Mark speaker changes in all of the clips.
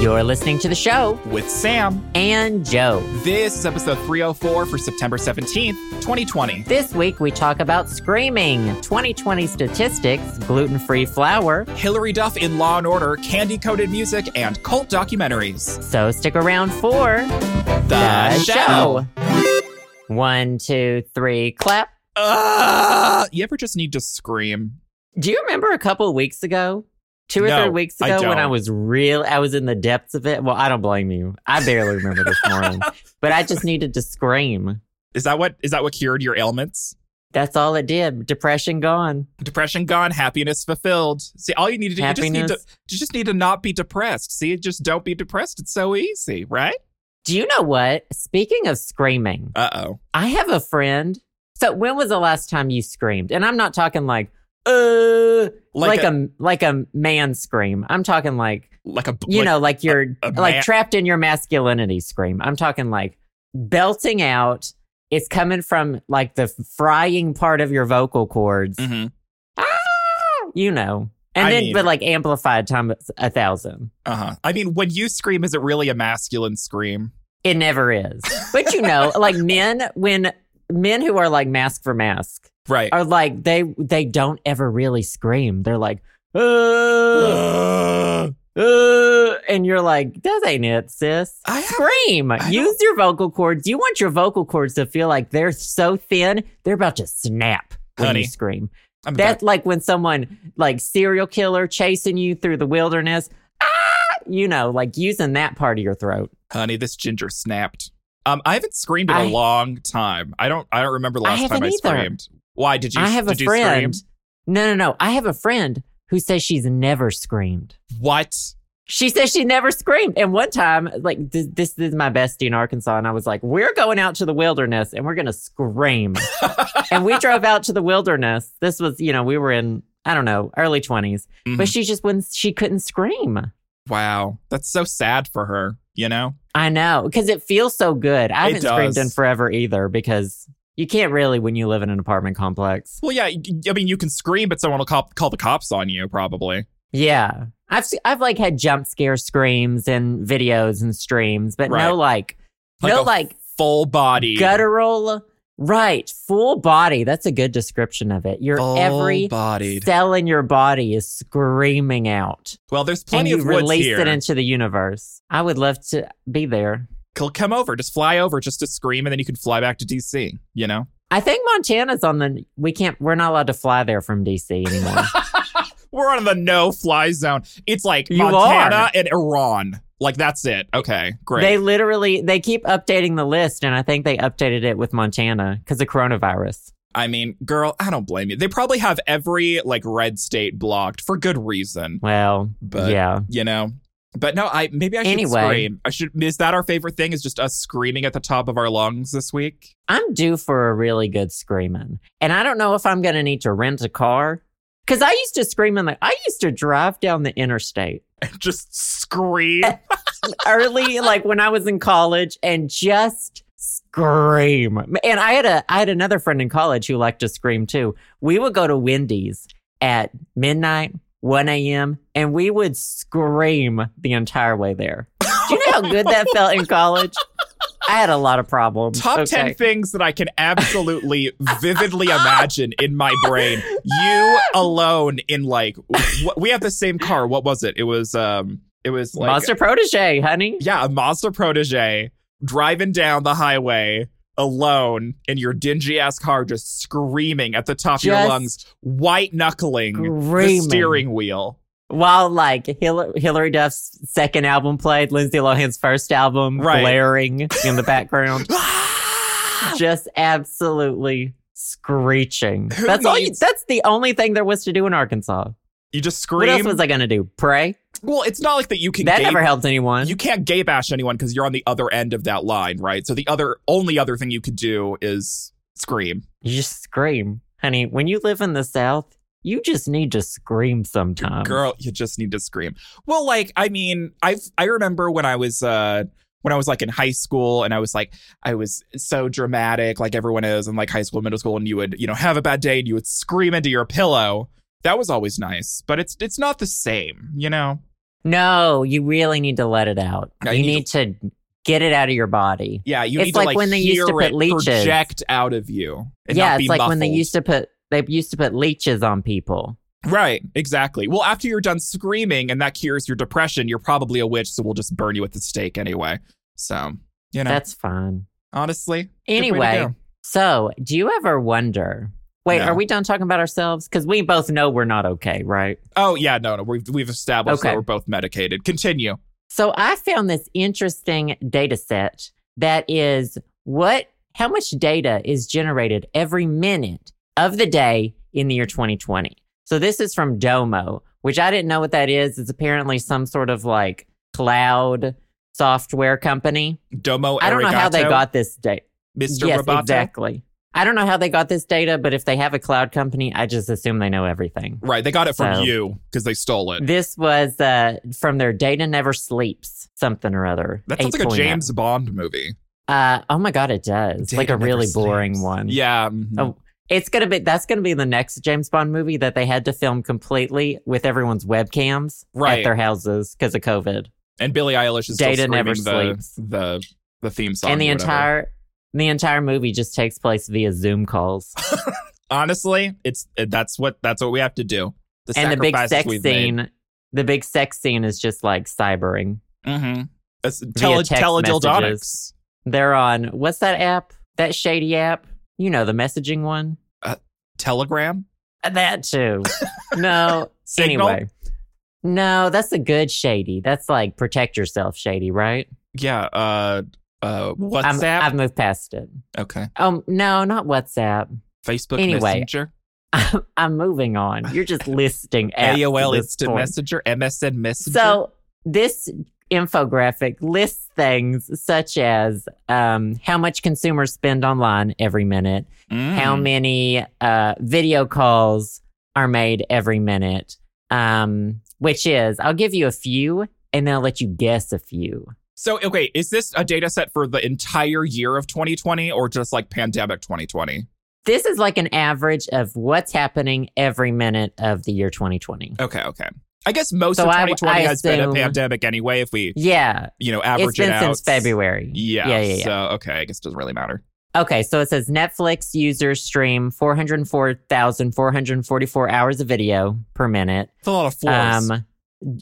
Speaker 1: You're listening to the show
Speaker 2: with Sam.
Speaker 1: and Joe.
Speaker 2: This is episode 304 for September 17th, 2020.
Speaker 1: This week we talk about screaming, 2020 statistics, gluten free flour.
Speaker 2: Hillary Duff in Law and Order, candy coated music, and cult documentaries.
Speaker 1: So stick around for
Speaker 2: The,
Speaker 1: One, two, three, clap.
Speaker 2: Uh, you ever just need to scream?
Speaker 1: Do you remember a couple weeks ago? Two or
Speaker 2: No,
Speaker 1: three weeks
Speaker 2: I
Speaker 1: ago when I
Speaker 2: don't.
Speaker 1: was real I was in the depths of it. Well, I don't blame you. I barely remember this morning. But I just needed to scream.
Speaker 2: Is that what is that what cured your ailments?
Speaker 1: That's all it did. Depression gone.
Speaker 2: Depression gone, happiness fulfilled. See, all you need to do, you just need
Speaker 1: Happiness.
Speaker 2: to, you just need to not be depressed. See, just don't be depressed. It's so easy, right?
Speaker 1: Do you know what? Speaking of screaming,
Speaker 2: Uh oh.
Speaker 1: I have a friend. So when was the last time you screamed? And I'm not talking like uh like, a, like a man scream. I'm talking like
Speaker 2: like a
Speaker 1: you
Speaker 2: like-
Speaker 1: know like you're
Speaker 2: a
Speaker 1: like
Speaker 2: man-
Speaker 1: trapped in your masculinity scream. I'm talking like belting out. It's coming from like the frying part of your vocal cords.
Speaker 2: Mhm.
Speaker 1: You know. And
Speaker 2: I
Speaker 1: then
Speaker 2: mean-
Speaker 1: but like amplified times a thousand.
Speaker 2: Uh-huh. I mean, when you scream, is it really a masculine scream?
Speaker 1: It never is. But you know, like men when men who are like mask for mask
Speaker 2: Right.
Speaker 1: are like they they don't ever really scream. They're like, uh, uh, and you're like, that ain't it, sis.
Speaker 2: I have-
Speaker 1: Scream.
Speaker 2: I
Speaker 1: Use your vocal cords. You want your vocal cords to feel like they're so thin, they're about to snap when
Speaker 2: Honey,
Speaker 1: you scream.
Speaker 2: I'm
Speaker 1: That's like when someone like serial killer chasing you through the wilderness. Ah, you know, like using that part of your throat.
Speaker 2: done. honey, this ginger snapped. Um, I haven't screamed in a
Speaker 1: I-
Speaker 2: long time. I don't I don't remember the
Speaker 1: I
Speaker 2: last time I
Speaker 1: haven't either.
Speaker 2: screamed. Why did you
Speaker 1: I have a
Speaker 2: did you
Speaker 1: friend.
Speaker 2: scream?
Speaker 1: No, no, no. I have a friend who says she's never screamed.
Speaker 2: What?
Speaker 1: She says she never screamed. And one time, like this, this is my bestie in Arkansas, and I was like, "We're going out to the wilderness, and we're gonna scream." and we drove out to the wilderness. This was, you know, we were in I don't know early 20s but
Speaker 2: Mhm.
Speaker 1: she just wouldn't. She couldn't scream.
Speaker 2: Wow. That's so sad for her, you know?
Speaker 1: I know because it feels so good. I
Speaker 2: It
Speaker 1: haven't screamed
Speaker 2: does.
Speaker 1: in forever either because you can't really when you live in an apartment complex.
Speaker 2: Well, yeah, y- I mean you can scream, but someone will call, call the cops on you, probably.
Speaker 1: Yeah. I've se- I've like had jump scare screams and videos and streams, but
Speaker 2: Right.
Speaker 1: no like, no
Speaker 2: a
Speaker 1: like
Speaker 2: full body.
Speaker 1: guttural right full body that's a good description of it your
Speaker 2: full
Speaker 1: every
Speaker 2: bodied.
Speaker 1: cell in your body is screaming out
Speaker 2: Well, there's plenty
Speaker 1: and you
Speaker 2: of woods
Speaker 1: release
Speaker 2: here.
Speaker 1: it into the universe i would love to be there
Speaker 2: He'll come over, just fly over just to scream, and then you can fly back to DC, you know?
Speaker 1: i think montana's on the we can't we're not allowed to fly there from dc anymore
Speaker 2: We're on the no fly zone. It's like
Speaker 1: You
Speaker 2: Montana
Speaker 1: are.
Speaker 2: and Iran. Like that's it. Okay, great.
Speaker 1: they literally they keep updating the list and i think they updated it with montana because of coronavirus
Speaker 2: I mean, girl, I don't blame you. They probably have every like red state blocked for good reason,
Speaker 1: well
Speaker 2: But-
Speaker 1: yeah
Speaker 2: you know. But no, I maybe I should
Speaker 1: Anyway.
Speaker 2: scream. I should. Is that our favorite thing? Is just us screaming at the top of our lungs this week?
Speaker 1: I'm due for a really good screaming. And I don't know if I'm going to need to rent a car. Cause I used to scream in the, I used to drive down the interstate
Speaker 2: just scream.
Speaker 1: early, like when I was in college and just scream. And I had a, I had another friend in college who liked to scream too. We would go to Wendy's at midnight, 1 a.m., and we would scream the entire way there. Do you know how good that felt in college? I had a lot of problems.
Speaker 2: Top
Speaker 1: Okay.
Speaker 2: ten things that I can absolutely vividly imagine in my brain. You alone in like wh- we have the same car. What was it? It was um. It was like
Speaker 1: Monster protege, honey.
Speaker 2: Yeah, a Mazda protege driving down the highway alone in your dingy ass car, just screaming at the top of your
Speaker 1: Just
Speaker 2: lungs, white knuckling the
Speaker 1: Screaming.
Speaker 2: steering wheel.
Speaker 1: While like Hil- Hillary Duff's second album played, Lindsay Lohan's first album
Speaker 2: Right.
Speaker 1: blaring in the background,
Speaker 2: Ah!
Speaker 1: just absolutely screeching.
Speaker 2: Who
Speaker 1: that's all. You,
Speaker 2: needs-
Speaker 1: that's the only thing there was to do in Arkansas.
Speaker 2: you just
Speaker 1: What else
Speaker 2: scream.
Speaker 1: was I gonna do? Pray?
Speaker 2: well, it's not like that you can
Speaker 1: That
Speaker 2: gay-
Speaker 1: never helped anyone.
Speaker 2: you can't gay bash anyone because you're on the other end of that line, right? So the other only other thing you could do is scream.
Speaker 1: you just scream, honey. When you live in the South, you just need to scream sometimes.
Speaker 2: girl you just need to scream well like i mean i i remember when i was uh when I was like in high school and I was like, I was so dramatic, like everyone is in like high school, middle school, and you would, you know, have a bad day and you would scream into your pillow. That was always nice, but it's it's not the same, you know?
Speaker 1: No, you really need to let it out.
Speaker 2: Yeah,
Speaker 1: you,
Speaker 2: you need
Speaker 1: need to, get it out of your body.
Speaker 2: Yeah, you
Speaker 1: It's
Speaker 2: need to
Speaker 1: like
Speaker 2: like
Speaker 1: when they used
Speaker 2: hear
Speaker 1: to put
Speaker 2: it
Speaker 1: leeches.
Speaker 2: project out of you. And
Speaker 1: yeah,
Speaker 2: not be
Speaker 1: it's like when they
Speaker 2: muffled.
Speaker 1: used to put they used to put leeches on people.
Speaker 2: Right, exactly. Well, after you're done screaming and that cures your depression, you're probably a witch, so we'll just burn you at the stake anyway. So, you know,
Speaker 1: That's fun.
Speaker 2: honestly. good way to
Speaker 1: Anyway,
Speaker 2: go.
Speaker 1: so do you ever wonder? Wait,
Speaker 2: No.
Speaker 1: are we done talking about ourselves? Because we both know we're not okay, right?
Speaker 2: Oh, yeah, no, no. We've, we've established that
Speaker 1: Okay.
Speaker 2: we're both medicated. Continue.
Speaker 1: So I found this interesting data set that is what how much data is generated every minute of the day in the year 2020. So this is from Domo, which I didn't know what that is. It's apparently some sort of like cloud software company.
Speaker 2: Domo
Speaker 1: I don't know how they
Speaker 2: arigato,
Speaker 1: got this data.
Speaker 2: Mr.
Speaker 1: Yes,
Speaker 2: Roboto.
Speaker 1: exactly. I don't know how they got this data, but if they have a cloud company, I just assume they know everything.
Speaker 2: Right, they got it from
Speaker 1: So-
Speaker 2: you because they stole it.
Speaker 1: This was uh, from their Data Never Sleeps, something or other.
Speaker 2: That sounds like a
Speaker 1: 8.0.
Speaker 2: James Bond movie.
Speaker 1: Uh, oh my God, it does.
Speaker 2: Data
Speaker 1: like a
Speaker 2: never
Speaker 1: really boring
Speaker 2: sleeps.
Speaker 1: one.
Speaker 2: Yeah. mhm.
Speaker 1: Oh, It's gonna be that's gonna be the next James Bond movie that they had to film completely with everyone's webcams
Speaker 2: Right.
Speaker 1: at their houses because of COVID.
Speaker 2: And Billie Eilish is
Speaker 1: Data
Speaker 2: still screaming
Speaker 1: never
Speaker 2: the,
Speaker 1: sleeps.
Speaker 2: the the theme song.
Speaker 1: and the
Speaker 2: or whatever.
Speaker 1: entire the entire movie just takes place via Zoom calls.
Speaker 2: honestly, it's it- that's what that's what we have to do. The
Speaker 1: and the big
Speaker 2: sacrifices
Speaker 1: sex
Speaker 2: we've
Speaker 1: scene
Speaker 2: made.
Speaker 1: the big sex scene is just like cybering.
Speaker 2: Mhm. That's tele-
Speaker 1: text
Speaker 2: teledildonics.
Speaker 1: messages. They're on what's that app? That shady app? You know, the messaging one?
Speaker 2: Telegram.
Speaker 1: That too. no.
Speaker 2: Uh, Signal?
Speaker 1: Anyway. No, that's a good shady. That's like protect yourself shady, right?
Speaker 2: Yeah. Uh. Uh.
Speaker 1: I'm-
Speaker 2: WhatsApp.
Speaker 1: I've moved past it.
Speaker 2: okay.
Speaker 1: Um, no, not WhatsApp.
Speaker 2: Facebook
Speaker 1: Anyway,
Speaker 2: Messenger.
Speaker 1: I'm moving on. You're just listing apps
Speaker 2: AOL
Speaker 1: at this
Speaker 2: Instant
Speaker 1: point.
Speaker 2: Messenger. MSN Messenger.
Speaker 1: So this infographic lists things such as um, how much consumers spend online every minute,
Speaker 2: Mm.
Speaker 1: how many uh, video calls are made every minute, um, which is I'll give you a few and then I'll let you guess a few.
Speaker 2: So okay, is this a data set for the entire year of 2020 or just like pandemic 2020?
Speaker 1: This is like an average of what's happening every minute of the year 2020.
Speaker 2: Okay, okay. I guess most
Speaker 1: So
Speaker 2: of
Speaker 1: I-
Speaker 2: 2020
Speaker 1: I
Speaker 2: has been a
Speaker 1: assume-
Speaker 2: pandemic anyway. If we
Speaker 1: Yeah,
Speaker 2: you know average
Speaker 1: it's been
Speaker 2: it out
Speaker 1: since February.
Speaker 2: Yeah,
Speaker 1: yeah, yeah, yeah.
Speaker 2: So okay, I guess it doesn't really matter.
Speaker 1: Okay, so it says Netflix users stream 404,444 hours of video per minute. Um,
Speaker 2: It's a lot of floors.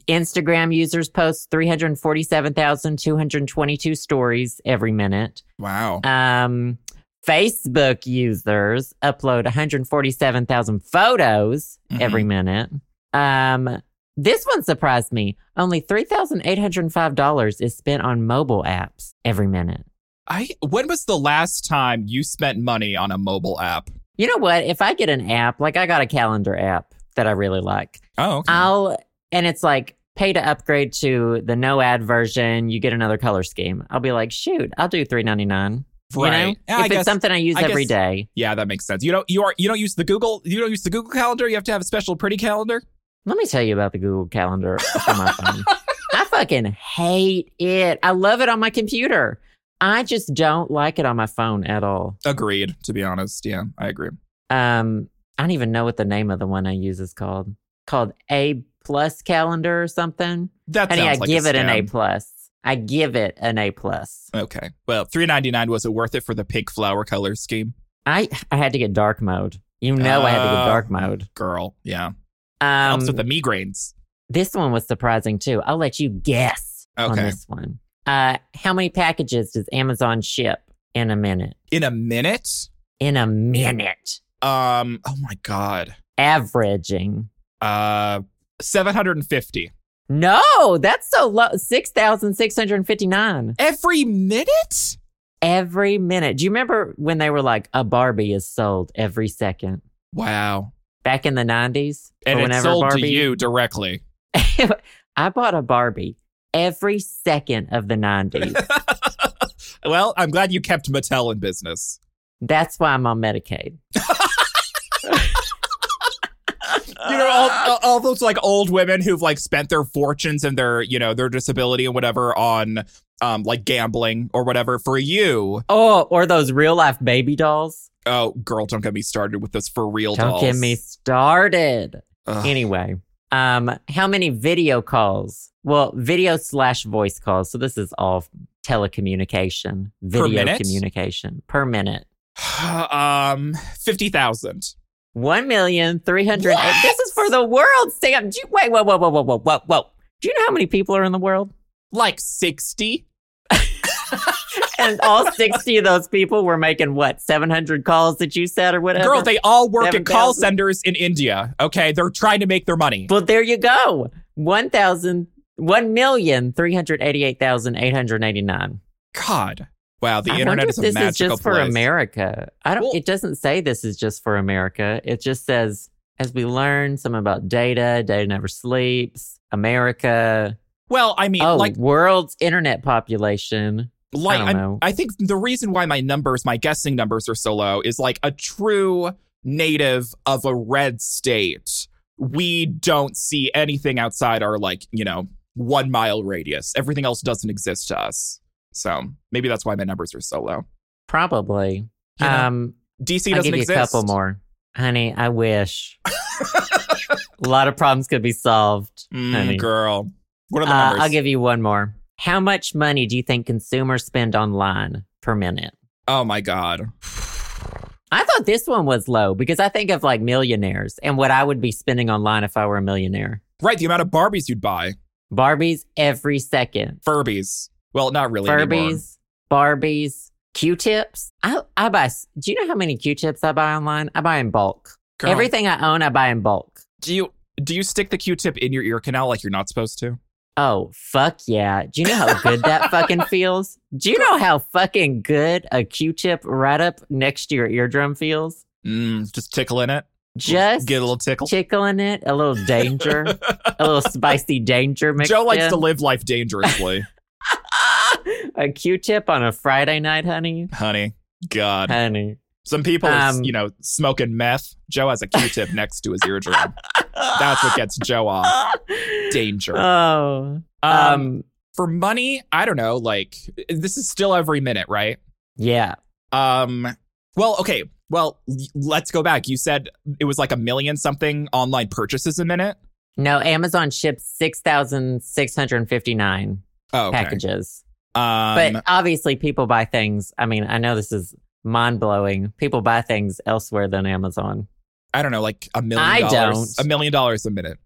Speaker 1: Instagram users post 347,222 stories every minute.
Speaker 2: wow.
Speaker 1: Um, Facebook users upload 147,000 photos every minute. Um, this one surprised me. Only $3,805 is spent on mobile apps every minute.
Speaker 2: I when was the last time you spent money on a mobile app?
Speaker 1: You know what? If I get an app, like I got a calendar app that I really like,
Speaker 2: Oh, okay.
Speaker 1: I'll, and it's like pay to upgrade to the no ad version, you get another color scheme. I'll be like, shoot, I'll do three ninety nine. You know,
Speaker 2: Yeah,
Speaker 1: if
Speaker 2: I
Speaker 1: it's
Speaker 2: guess,
Speaker 1: something I use
Speaker 2: I
Speaker 1: every
Speaker 2: guess-
Speaker 1: day,
Speaker 2: yeah, that makes sense. You don't you are you don't use the Google you don't use the Google calendar. You have to have a special pretty calendar.
Speaker 1: let me tell you about the Google Calendar for my phone. I fucking hate it. I love it on my computer. I just don't like it on my phone at all.
Speaker 2: Agreed. To be honest, yeah, I agree.
Speaker 1: Um, I don't even know what the name of the one I use is called. Called A Plus Calendar or something.
Speaker 2: That
Speaker 1: Honey, I
Speaker 2: sounds like
Speaker 1: give it an A
Speaker 2: scam.
Speaker 1: plus. I give it an A plus.
Speaker 2: Okay. Well, three ninety nine was it worth it for the pink flower color scheme,
Speaker 1: I I had to get dark mode. You know I had to get
Speaker 2: Oh.
Speaker 1: dark mode.
Speaker 2: girl? Yeah, helps with the
Speaker 1: Um,
Speaker 2: migraines.
Speaker 1: this one was surprising too. I'll let you guess on
Speaker 2: Okay.
Speaker 1: this one. Uh, how many packages does Amazon ship in a minute?
Speaker 2: In a minute.
Speaker 1: In a minute,
Speaker 2: Um. Oh my god.
Speaker 1: averaging.
Speaker 2: Uh, seven hundred and fifty
Speaker 1: No, that's so low. Six thousand six hundred fifty nine
Speaker 2: every minute.
Speaker 1: every minute. Do you remember when they were like a Barbie is sold every second
Speaker 2: Wow.
Speaker 1: back in the nineties?
Speaker 2: And it's sold to you directly.
Speaker 1: I bought a Barbie every second of the 90s.
Speaker 2: well, I'm glad you kept Mattel in business.
Speaker 1: That's why I'm on Medicaid.
Speaker 2: You know, all, all those like old women who've like spent their fortunes and their, you know, their disability and whatever on um like gambling or whatever. For you,
Speaker 1: Oh, or those real life baby dolls.
Speaker 2: oh girl, don't get me started with this for real
Speaker 1: Don't
Speaker 2: dolls.
Speaker 1: get me started.
Speaker 2: Ugh.
Speaker 1: Anyway, um, how many video calls Well, video slash voice calls. So this is all telecommunication, video
Speaker 2: minute?
Speaker 1: communication per minute.
Speaker 2: um, fifty thousand.
Speaker 1: One million three hundred.
Speaker 2: What?
Speaker 1: This is for the world, Sam. Do you, wait, whoa, whoa, whoa, whoa, whoa, whoa, whoa. Do you know how many people are in the world?
Speaker 2: Like sixty.
Speaker 1: And all sixty of those people were making what seven hundred calls that you said or whatever.
Speaker 2: Girl, they all work at call
Speaker 1: 7,000.
Speaker 2: centers in India. Okay, they're trying to make their money.
Speaker 1: Well, there you go. 1,000, 1,388,889.
Speaker 2: God, wow, the
Speaker 1: I wonder
Speaker 2: internet
Speaker 1: if
Speaker 2: is a
Speaker 1: this
Speaker 2: magical
Speaker 1: is just for
Speaker 2: place.
Speaker 1: America. I don't,
Speaker 2: Well-
Speaker 1: it doesn't say this is just for America. It just says, as we learn something about data, data never sleeps, America.
Speaker 2: Well, I mean,
Speaker 1: Oh,
Speaker 2: like,
Speaker 1: world's internet population.
Speaker 2: like
Speaker 1: I don't
Speaker 2: I'm-
Speaker 1: know.
Speaker 2: I think the reason why my numbers, my guessing numbers are so low is like a true native of a red state, we don't see anything outside our like, you know, one mile radius. Everything else doesn't exist to us. So maybe that's why my numbers are so low.
Speaker 1: Probably.
Speaker 2: You know,
Speaker 1: Um,
Speaker 2: DC
Speaker 1: I'll
Speaker 2: doesn't
Speaker 1: give you
Speaker 2: exist.
Speaker 1: a couple more. Honey, I wish. a lot of problems could be solved.
Speaker 2: Mm,
Speaker 1: honey.
Speaker 2: girl. What are the
Speaker 1: Uh,
Speaker 2: numbers?
Speaker 1: I'll give you one more. How much money do you think consumers spend online per minute?
Speaker 2: oh my God.
Speaker 1: I thought this one was low because I think of like millionaires and what I would be spending online if I were a millionaire.
Speaker 2: Right. The amount of Barbies you'd buy.
Speaker 1: Barbies every second.
Speaker 2: Furbies. Well, not really. anymore.
Speaker 1: Furbies, Barbies, Q-tips. I, I buy. s- Do you know how many Q-tips I buy online? I buy in bulk.
Speaker 2: Girl,
Speaker 1: Everything I own, I buy in bulk.
Speaker 2: Do you do you stick the Q-tip in your ear canal like you're not supposed to?
Speaker 1: Oh fuck yeah! Do you know how good that fucking feels? Do you know how fucking good a Q-tip right up next to your eardrum feels?
Speaker 2: Mm, just tickling it.
Speaker 1: just
Speaker 2: get a little tickle.
Speaker 1: tickling it, a little danger, a little spicy danger mixed
Speaker 2: Joe likes
Speaker 1: in.
Speaker 2: to live life dangerously,
Speaker 1: a Q-tip on a Friday night, honey.
Speaker 2: honey. God,
Speaker 1: Honey,
Speaker 2: some people, are,
Speaker 1: Um,
Speaker 2: you know, smoking meth. Joe has a Q-tip next to his eardrum. That's what gets Joe off.
Speaker 1: danger.
Speaker 2: Danger.
Speaker 1: Oh, um,
Speaker 2: um, for money, I don't know. Like this is still every minute, right?
Speaker 1: yeah,
Speaker 2: Um, well, okay. Well, l- let's go back. You said it was like a million something online purchases a minute.
Speaker 1: no, Amazon ships six thousand six hundred fifty-nine
Speaker 2: Oh, okay.
Speaker 1: packages,
Speaker 2: Um,
Speaker 1: but obviously people buy things. I mean, I know this is mind blowing. People buy things elsewhere than Amazon.
Speaker 2: I don't know, like a million.
Speaker 1: I
Speaker 2: dollars-
Speaker 1: don't.
Speaker 2: A million dollars a minute.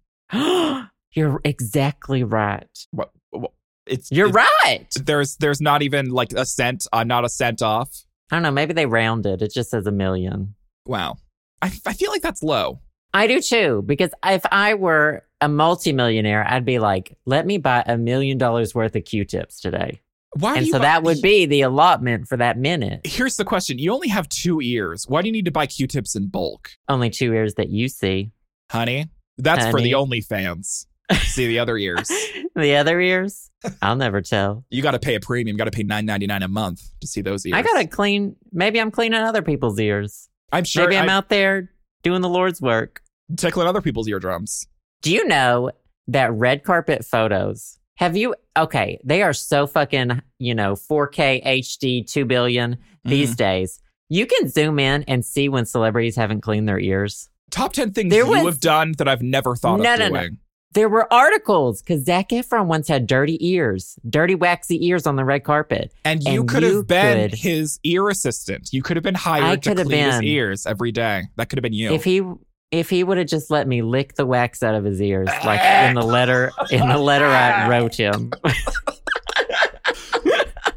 Speaker 1: You're exactly right.
Speaker 2: What? what it's
Speaker 1: You're
Speaker 2: it's-
Speaker 1: right.
Speaker 2: There's there's not even like a cent. I'm not a cent off.
Speaker 1: I don't know. Maybe they rounded. It just says a million.
Speaker 2: Wow. I, I feel like that's low.
Speaker 1: I do too, because if I were a multimillionaire, I'd be like, let me buy a million dollars worth of Q tips today.
Speaker 2: Why? do
Speaker 1: and
Speaker 2: you
Speaker 1: so
Speaker 2: buy-
Speaker 1: that would be the allotment for that minute.
Speaker 2: Here's the question: You only have two ears. Why do you need to buy Q-tips in bulk,
Speaker 1: Only two ears that you see.
Speaker 2: honey? That's for the
Speaker 1: Honey.
Speaker 2: OnlyFans. See the other ears.
Speaker 1: The other ears, I'll never tell.
Speaker 2: You got to pay a premium. You got to pay nine ninety nine a month to see those ears.
Speaker 1: I got to clean. Maybe I'm cleaning other people's ears.
Speaker 2: I'm sure.
Speaker 1: maybe I'm
Speaker 2: I'm
Speaker 1: out there doing the Lord's work.
Speaker 2: tickling other people's eardrums.
Speaker 1: Do you know that red carpet photos? Have you? Okay, they are so fucking, you know, 4K HD, 2 billion these
Speaker 2: Mm. Mm-hmm.
Speaker 1: days. You can zoom in and see when celebrities haven't cleaned their ears.
Speaker 2: Top ten things
Speaker 1: There
Speaker 2: you
Speaker 1: was-
Speaker 2: have done that I've never thought
Speaker 1: No,
Speaker 2: of
Speaker 1: no, no.
Speaker 2: doing.
Speaker 1: There were articles because Zac Efron once had dirty ears, dirty, waxy ears on the red carpet.
Speaker 2: And you
Speaker 1: And
Speaker 2: could
Speaker 1: you
Speaker 2: have been
Speaker 1: could-
Speaker 2: his ear assistant. You could have been
Speaker 1: I
Speaker 2: hired to
Speaker 1: could have
Speaker 2: clean his
Speaker 1: been.
Speaker 2: ears every day. That could have been you.
Speaker 1: If he. If he would have just let me lick the wax out of his ears, like in the letter in the letter I wrote him,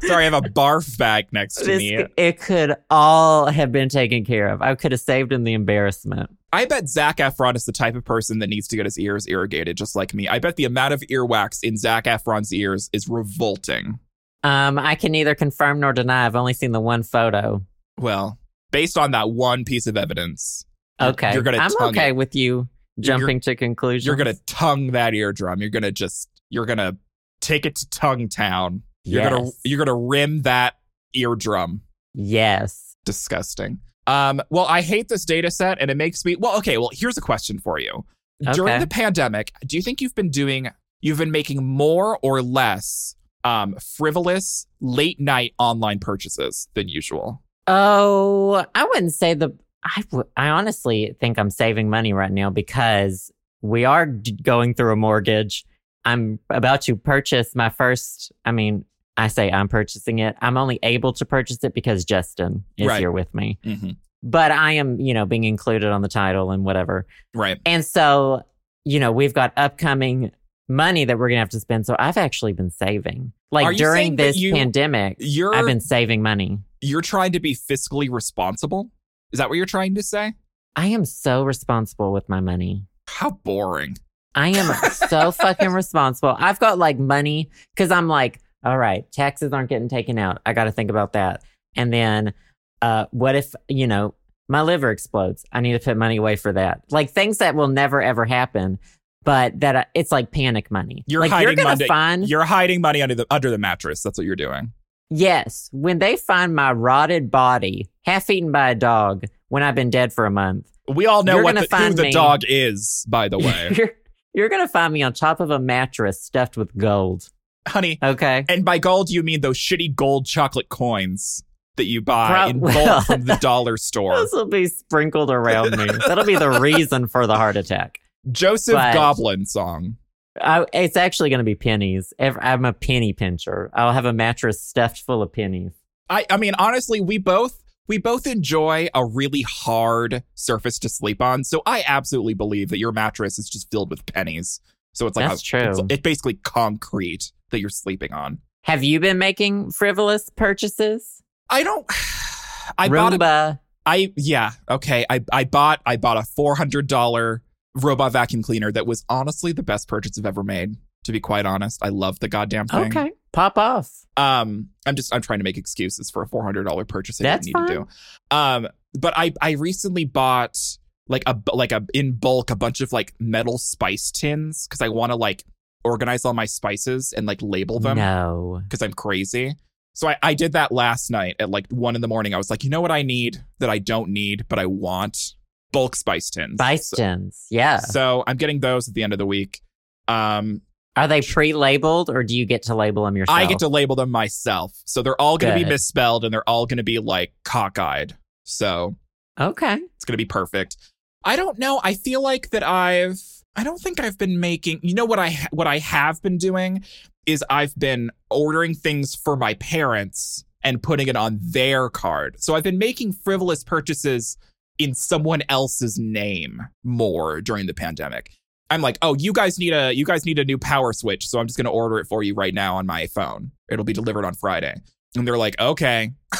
Speaker 2: Sorry, I have a barf bag next to
Speaker 1: This-
Speaker 2: me.
Speaker 1: it could all have been taken care of. I could have saved him the embarrassment.
Speaker 2: I bet Zach Efron is the type of person that needs to get his ears irrigated, just like me. I bet the amount of earwax in Zach Efron's ears is revolting.
Speaker 1: Um, I can neither confirm nor deny. I've only seen the one photo.
Speaker 2: Well, based on that one piece of evidence, You're-
Speaker 1: Okay,
Speaker 2: you're gonna
Speaker 1: I'm
Speaker 2: tongue
Speaker 1: okay
Speaker 2: it.
Speaker 1: with you jumping to conclusions.
Speaker 2: you're gonna tongue that eardrum. You're gonna just you're gonna take it to tongue town. You're gonna
Speaker 1: Yes.
Speaker 2: you're gonna rim that eardrum.
Speaker 1: yes.
Speaker 2: Disgusting. Um, well, I hate this data set and it makes me well, okay, well, here's a question for you.
Speaker 1: Okay.
Speaker 2: During the pandemic, do you think you've been doing you've been making more or less um frivolous late night online purchases than usual?
Speaker 1: Oh, I wouldn't say the. I w- I honestly think I'm saving money right now because we are d- going through a mortgage I'm about to purchase my first. I mean, I say I'm purchasing it. I'm only able to purchase it because Justin is
Speaker 2: Right.
Speaker 1: here with me.
Speaker 2: Mhm.
Speaker 1: But I am, you know, being included on the title and whatever.
Speaker 2: Right.
Speaker 1: And so, you know, we've got upcoming money that we're gonna have to spend. So I've actually been saving.
Speaker 2: Are
Speaker 1: Like
Speaker 2: you
Speaker 1: during
Speaker 2: saying that
Speaker 1: this
Speaker 2: you-
Speaker 1: pandemic,
Speaker 2: You're
Speaker 1: I've been saving money.
Speaker 2: you're trying to be fiscally responsible. Is that what you're trying to say?
Speaker 1: I am so responsible with my money.
Speaker 2: How boring.
Speaker 1: I am so fucking responsible. I've got like money because I'm like, all right, taxes aren't getting taken out. I got to think about that. And then, uh, what if you know my liver explodes? I need to put money away for that. Like things that will never ever happen, but that I, it's like panic money.
Speaker 2: You're
Speaker 1: like
Speaker 2: hiding
Speaker 1: you're gonna
Speaker 2: Monday-
Speaker 1: find
Speaker 2: You're hiding money under the under the mattress. That's what you're doing.
Speaker 1: yes when they find my rotted body, half eaten by a dog, when I've been dead for a month.
Speaker 2: We all know
Speaker 1: You're
Speaker 2: what
Speaker 1: gonna
Speaker 2: the, who
Speaker 1: find
Speaker 2: the
Speaker 1: me.
Speaker 2: dog is, by the way,
Speaker 1: you're you're gonna find me on top of a mattress stuffed with gold.
Speaker 2: honey.
Speaker 1: Okay.
Speaker 2: And by gold, you mean those shitty gold chocolate coins that you buy
Speaker 1: Prob-
Speaker 2: in
Speaker 1: well-
Speaker 2: bulk from the dollar store.
Speaker 1: Those will be sprinkled around me. That'll be the reason for the heart attack.
Speaker 2: Joseph
Speaker 1: But-
Speaker 2: Goblin song.
Speaker 1: I, it's actually going to be pennies. Ev- I'm a penny pincher. I'll have a mattress stuffed full of pennies.
Speaker 2: I I mean honestly, we both we both enjoy a really hard surface to sleep on. So I absolutely believe that your mattress is just filled with pennies. So it's like
Speaker 1: That's
Speaker 2: a,
Speaker 1: true.
Speaker 2: It's, it's basically concrete that you're sleeping on.
Speaker 1: Have you been making frivolous purchases?
Speaker 2: I don't. I bought a,
Speaker 1: Roomba.
Speaker 2: I yeah okay. I I bought I bought a four hundred dollar robot vacuum cleaner that was honestly the best purchase I've ever made. To be quite honest, I love the goddamn thing.
Speaker 1: okay. Pop off.
Speaker 2: Um, I'm just I'm trying to make excuses for a four hundred dollar purchase I
Speaker 1: That's
Speaker 2: didn't need to do. Um, but I I recently bought like a bu- like a in bulk a bunch of like metal spice tins because I want to like organize all my spices and like label them
Speaker 1: No.
Speaker 2: because I'm crazy. So I, I did that last night at like one in the morning. I was like, you know what I need that I don't need but I want bulk spice tins. So,
Speaker 1: Bistons. Yeah.
Speaker 2: so I'm getting those at the end of the week. Um,
Speaker 1: Are they pre labeled or do you get to label them yourself?
Speaker 2: I get to label them myself. So they're all going to be
Speaker 1: Good.
Speaker 2: misspelled and they're all going to be like cockeyed. So
Speaker 1: Okay.
Speaker 2: it's going to be perfect. I don't know. I feel like that I've I don't think I've been making. You know what I what I have been doing is I've been ordering things for my parents and putting it on their card. So I've been making frivolous purchases in someone else's name more during the pandemic. I'm like, "Oh, you guys need a you guys need a new power switch, so I'm just going to order it for you right now on my phone. It'll be delivered on Friday." And they're like, "Okay."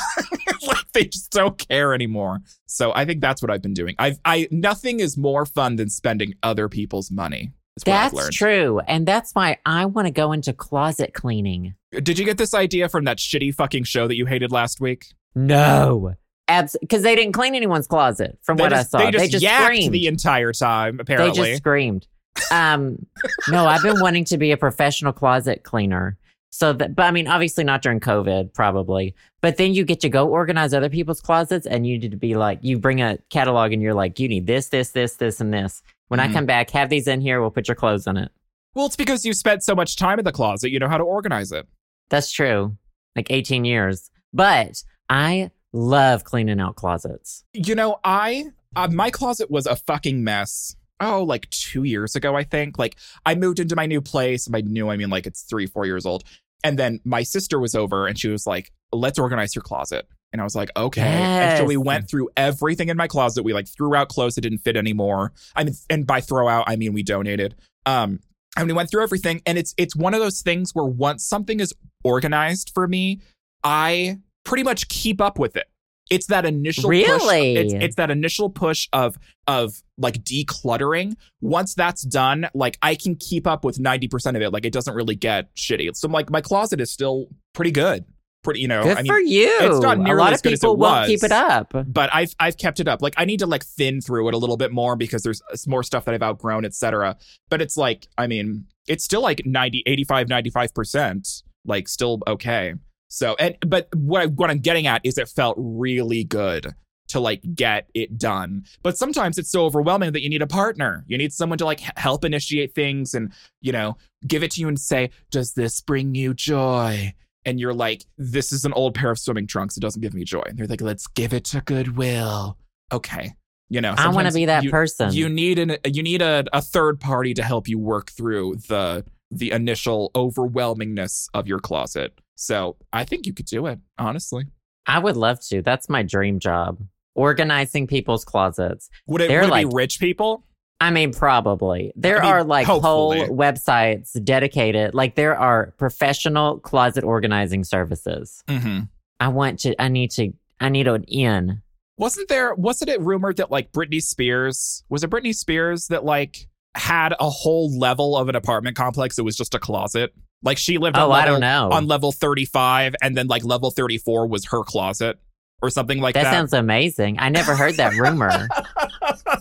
Speaker 2: like they just don't care anymore. So I think that's what I've been doing. I've I nothing is more fun than spending other people's money. That's what I've
Speaker 1: That's
Speaker 2: learned.
Speaker 1: true. And that's why I want to go into closet cleaning.
Speaker 2: Did you get this idea from that shitty fucking show that you hated last week?
Speaker 1: No. Abs because they didn't clean anyone's closet from
Speaker 2: they
Speaker 1: what
Speaker 2: just,
Speaker 1: I saw.
Speaker 2: They just, yacked
Speaker 1: screamed.
Speaker 2: the entire time,
Speaker 1: they
Speaker 2: apparently.
Speaker 1: just screamed. Um no, I've been wanting to be a professional closet cleaner. So that but I mean obviously not during COVID probably. But then you get to go organize other people's closets and you need to be like you bring a catalog and you're like you need this this this this and this. When
Speaker 2: Mhm.
Speaker 1: I come back have these in here we'll put your clothes in it.
Speaker 2: well, it's because you spent so much time in the closet, you know how to organize it.
Speaker 1: That's true. Like 18 years. But I love cleaning out closets.
Speaker 2: You know, I uh, my closet was a fucking mess. Oh, like two years ago, I think. Like I moved into my new place. By new, I mean like it's three, four years old. And then my sister was over, and she was like, "Let's organize your closet." And I was like, "Okay." And so
Speaker 1: Yes.
Speaker 2: we went through everything in my closet. We like threw out clothes that didn't fit anymore. I mean, and by throw out, I mean we donated. Um, and we went through everything. And it's it's one of those things where once something is organized for me, I pretty much keep up with it. It's that initial push.
Speaker 1: Really?
Speaker 2: It's, it's that initial push of of like decluttering. Once that's done, like I can keep up with ninety percent of it. Like it doesn't really get shitty. So like my closet is still pretty good. Pretty, you know.
Speaker 1: Good
Speaker 2: Oh, I mean,
Speaker 1: for you.
Speaker 2: it's not
Speaker 1: a
Speaker 2: nearly
Speaker 1: lot
Speaker 2: as
Speaker 1: of
Speaker 2: good as it
Speaker 1: people won't
Speaker 2: was. Uh,
Speaker 1: keep it up.
Speaker 2: but I've I've kept it up. Like I need to like thin through it a little bit more because there's s- more stuff that I've outgrown, etc. But it's like, I mean, it's still like 90, 85, 95%, like still okay. So and but what I, what I'm getting at is it felt really good to like get it done. But sometimes it's so overwhelming that you need a partner. You need someone to like h- help initiate things and, you know, give it to you and say, "Does this bring you joy?" and you're like, this is an old pair of swimming trunks. It doesn't give me joy. And they're like, let's give it to Goodwill. Okay. You know,
Speaker 1: I want to
Speaker 2: sometimes
Speaker 1: be that
Speaker 2: you,
Speaker 1: person.
Speaker 2: You need an you need a, a third party to help you work through the the initial overwhelmingness of your closet. So I think you could do it, honestly.
Speaker 1: I would love to. That's my dream job. Organizing people's closets.
Speaker 2: Would it,
Speaker 1: They're
Speaker 2: would it
Speaker 1: like-
Speaker 2: be rich people?
Speaker 1: I mean, probably. There
Speaker 2: I mean,
Speaker 1: are like
Speaker 2: hopefully.
Speaker 1: whole websites dedicated, like, there are professional closet organizing services.
Speaker 2: Mm-hmm.
Speaker 1: I want to, I need to, I need an in.
Speaker 2: Wasn't there? Wasn't it rumored that like Britney Spears was it Britney Spears that like had a whole level of an apartment complex that was just a closet? Like she lived. on
Speaker 1: Oh, I
Speaker 2: level-
Speaker 1: don't know.
Speaker 2: on level 35 and then like level 34 was her closet or something like
Speaker 1: that,
Speaker 2: that.
Speaker 1: sounds amazing. I never heard that rumor.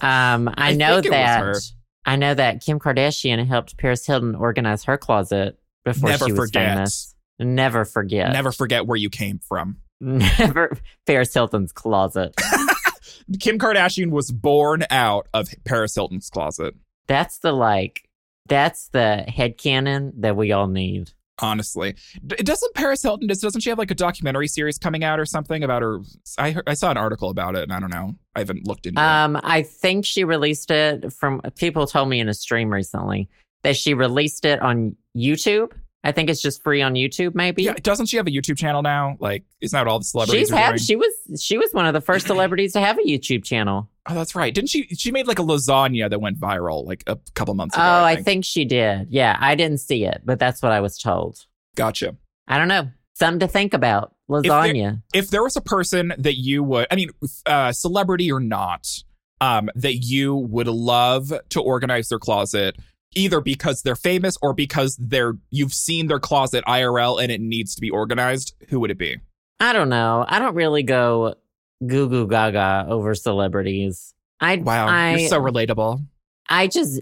Speaker 1: um, I,
Speaker 2: I
Speaker 1: know
Speaker 2: think it was her.
Speaker 1: that. I know that Kim Kardashian helped Paris Hilton organize her closet before
Speaker 2: Never
Speaker 1: she was
Speaker 2: forget.
Speaker 1: famous. Never forget.
Speaker 2: Never forget where you came from.
Speaker 1: Never Paris Hilton's closet.
Speaker 2: Kim Kardashian was born out of Paris Hilton's closet,
Speaker 1: That's the like. That's the headcanon that we all need.
Speaker 2: honestly. D- doesn't Paris Hilton does- doesn't she have like a documentary series coming out or something about her I heard- I saw an article about it and I don't know. I haven't looked into it.
Speaker 1: Um, I think she released it from people told me in a stream recently that she released it on YouTube. I think it's just free on YouTube, maybe.
Speaker 2: Yeah, doesn't she have a YouTube channel now? Like, isn't that what all the celebrities
Speaker 1: She's
Speaker 2: are
Speaker 1: had
Speaker 2: doing?
Speaker 1: she was she was one of the first celebrities to have a YouTube channel.
Speaker 2: oh, that's right. Didn't she? She made like a lasagna that went viral like a couple months ago.
Speaker 1: oh,
Speaker 2: I
Speaker 1: I
Speaker 2: think.
Speaker 1: think she did. Yeah, I didn't see it, but that's what I was told.
Speaker 2: gotcha.
Speaker 1: I don't know. Something to think about. Lasagna.
Speaker 2: if there was a person that you would i mean uh celebrity or not um that you would love to organize their closet either because they're famous or because they're you've seen their closet IRL and it needs to be organized who would it be
Speaker 1: I don't know. I don't really go goo goo gaga over celebrities. I
Speaker 2: wow
Speaker 1: I,
Speaker 2: you're so relatable
Speaker 1: I just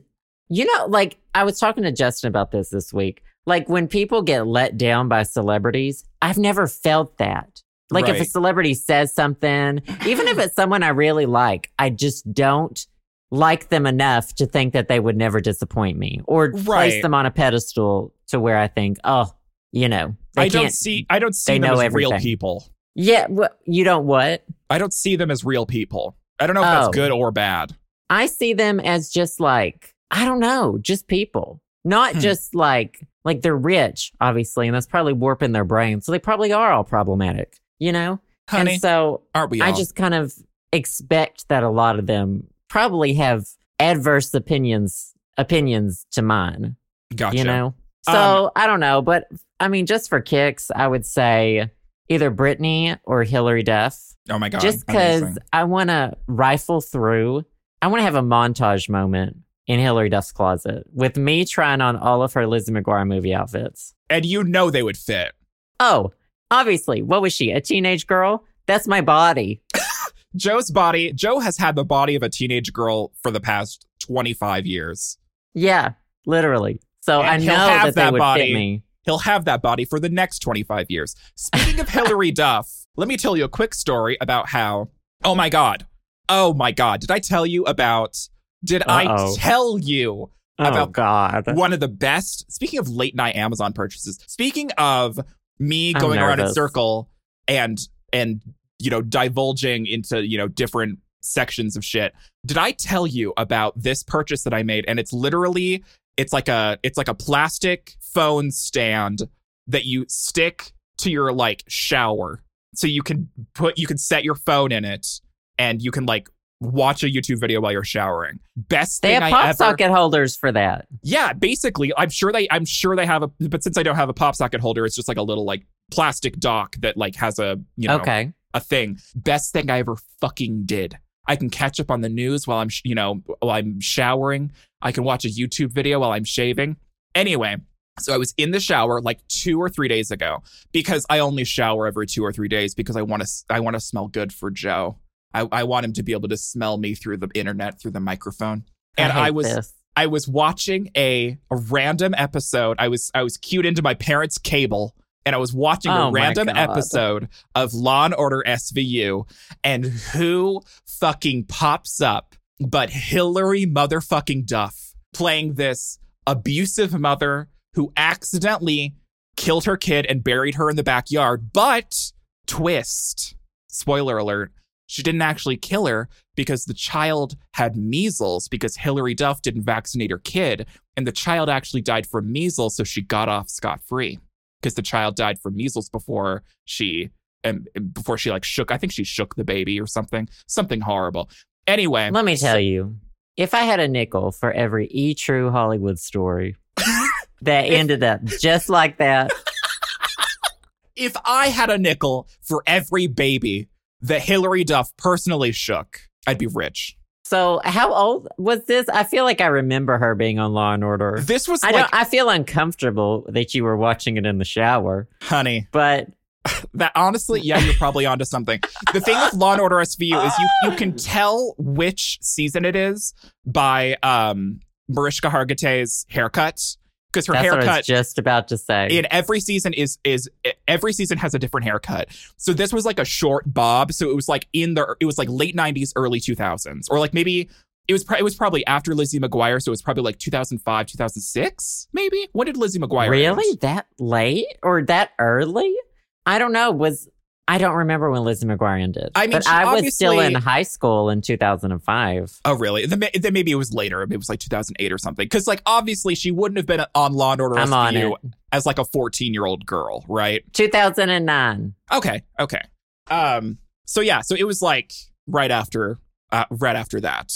Speaker 1: you know, like I was talking to Justin about this this week. Like when people get let down by celebrities, I've never felt that. Like if
Speaker 2: Right.
Speaker 1: a celebrity says something, even if it's someone I really like, I just don't like them enough to think that they would never disappoint me or
Speaker 2: Right.
Speaker 1: place them on a pedestal to where I think, oh, you know, they
Speaker 2: i don't
Speaker 1: can't-
Speaker 2: see i don't see
Speaker 1: they
Speaker 2: them
Speaker 1: know
Speaker 2: as real
Speaker 1: everything.
Speaker 2: people
Speaker 1: Yeah, wh- you don't what?
Speaker 2: i don't see them as real people i don't know if
Speaker 1: Oh.
Speaker 2: that's good or bad
Speaker 1: I see them as just like, I don't know, just people. Not
Speaker 2: Hmm.
Speaker 1: just like like they're rich, obviously, and that's probably warping their brain. So they probably are all problematic, you know?
Speaker 2: honey
Speaker 1: and so
Speaker 2: aren't we all
Speaker 1: I just kind of expect that a lot of them probably have adverse opinions opinions to mine,
Speaker 2: gotcha
Speaker 1: you know?
Speaker 2: Um,
Speaker 1: So I don't know, but I mean just for kicks, I would say either Britney or Hillary Duff
Speaker 2: oh my god
Speaker 1: just
Speaker 2: amazing.
Speaker 1: because I want to rifle through. I want to have a montage moment in Hillary Duff's closet with me trying on all of her Lizzie McGuire movie outfits.
Speaker 2: and you know they would fit
Speaker 1: Oh, obviously, what was she? A teenage girl? That's my body.
Speaker 2: Joe's body, Joe has had the body of a teenage girl for the past 25 years.
Speaker 1: Yeah, literally. So
Speaker 2: And
Speaker 1: I
Speaker 2: he'll
Speaker 1: know
Speaker 2: have
Speaker 1: that,
Speaker 2: that
Speaker 1: they would
Speaker 2: body.
Speaker 1: fit me.
Speaker 2: He'll have that body for the next 25 years. Speaking of Hillary Duff, let me tell you a quick story about how, oh my God, oh my God, did I tell you about, did I
Speaker 1: Uh-oh.
Speaker 2: tell you
Speaker 1: Oh
Speaker 2: About-
Speaker 1: God,
Speaker 2: one of the best? Speaking of late night Amazon purchases, speaking of me
Speaker 1: I'm
Speaker 2: going around in
Speaker 1: nervous.
Speaker 2: circle and, and, you know, divulging into, you know, different sections of shit. Did I tell you about this purchase that I made? And it's literally it's like a it's like a plastic phone stand that you stick to your like shower. So you can put you can set your phone in it and you can like watch a YouTube video while you're showering. Best
Speaker 1: they
Speaker 2: thing
Speaker 1: have
Speaker 2: I
Speaker 1: pop
Speaker 2: ever
Speaker 1: socket holders for that.
Speaker 2: Yeah, basically I'm sure they I'm sure they have a but since I don't have a pop socket holder, it's just like a little like plastic dock that like has a you know
Speaker 1: okay,
Speaker 2: a thing. Best thing I ever fucking did. I can catch up on the news while I'm, sh- you know, while I'm showering. I can watch a YouTube video while I'm shaving. Anyway, so I was in the shower like 2 or 3 days ago because I only shower every 2 or 3 days because I want to I want to smell good for Joe. I, I want him to be able to smell me through the internet through the microphone. And
Speaker 1: hate
Speaker 2: I was
Speaker 1: this.
Speaker 2: I was watching a, a random episode. I was I was cued into my parents' cable and I was watching
Speaker 1: Oh
Speaker 2: a
Speaker 1: my
Speaker 2: random
Speaker 1: God.
Speaker 2: episode of Law and Order SVU and who fucking pops up but Hillary motherfucking Duff playing this abusive mother who accidentally killed her kid and buried her in the backyard but twist spoiler alert she didn't actually kill her because the child had measles because Hillary Duff didn't vaccinate her kid. And the child actually died from measles. So she got off scot free because the child died from measles before she. And and before she like shook, I think she shook the baby or something, something horrible. Anyway,
Speaker 1: Let me tell you, if I had a nickel for every e true Hollywood story that ended up just like that,
Speaker 2: if I had a nickel for every baby that Hillary Duff personally shook, I'd be rich.
Speaker 1: so how old was this? I feel like I remember her being on Law and Order.
Speaker 2: This was
Speaker 1: I
Speaker 2: like,
Speaker 1: don't. I feel uncomfortable that you were watching it in the shower,
Speaker 2: honey,
Speaker 1: but
Speaker 2: that honestly, yeah, you're probably onto something. The thing with Law and Order SVU is you you
Speaker 1: Oh.
Speaker 2: can tell which season it is by um Mariska Hargitay's haircut because her
Speaker 1: that's what I
Speaker 2: haircut
Speaker 1: was just about to say.
Speaker 2: in every season is is e, every season has a different haircut. So this was like a short bob. So it was like in the it was like late '90s, early 2000s, or like maybe it was pro- it was probably after Lizzie McGuire. So it was probably like 2005, 2006, maybe. When did Lizzie McGuire? end?
Speaker 1: really that late or that early? I don't know. Was I don't remember when Lizzie McGuire ended.
Speaker 2: I mean,
Speaker 1: but
Speaker 2: she
Speaker 1: I was still in
Speaker 2: obviously-
Speaker 1: high school in 2005.
Speaker 2: Oh, really? Then, ma- then maybe it was later. It was like 2008 or something. Because like obviously she wouldn't have been on Law and Order
Speaker 1: I'm on
Speaker 2: SVU as like a 14 year old girl, right?
Speaker 1: 2009.
Speaker 2: Okay, okay. Um so yeah, so it was like right after uh, right after that.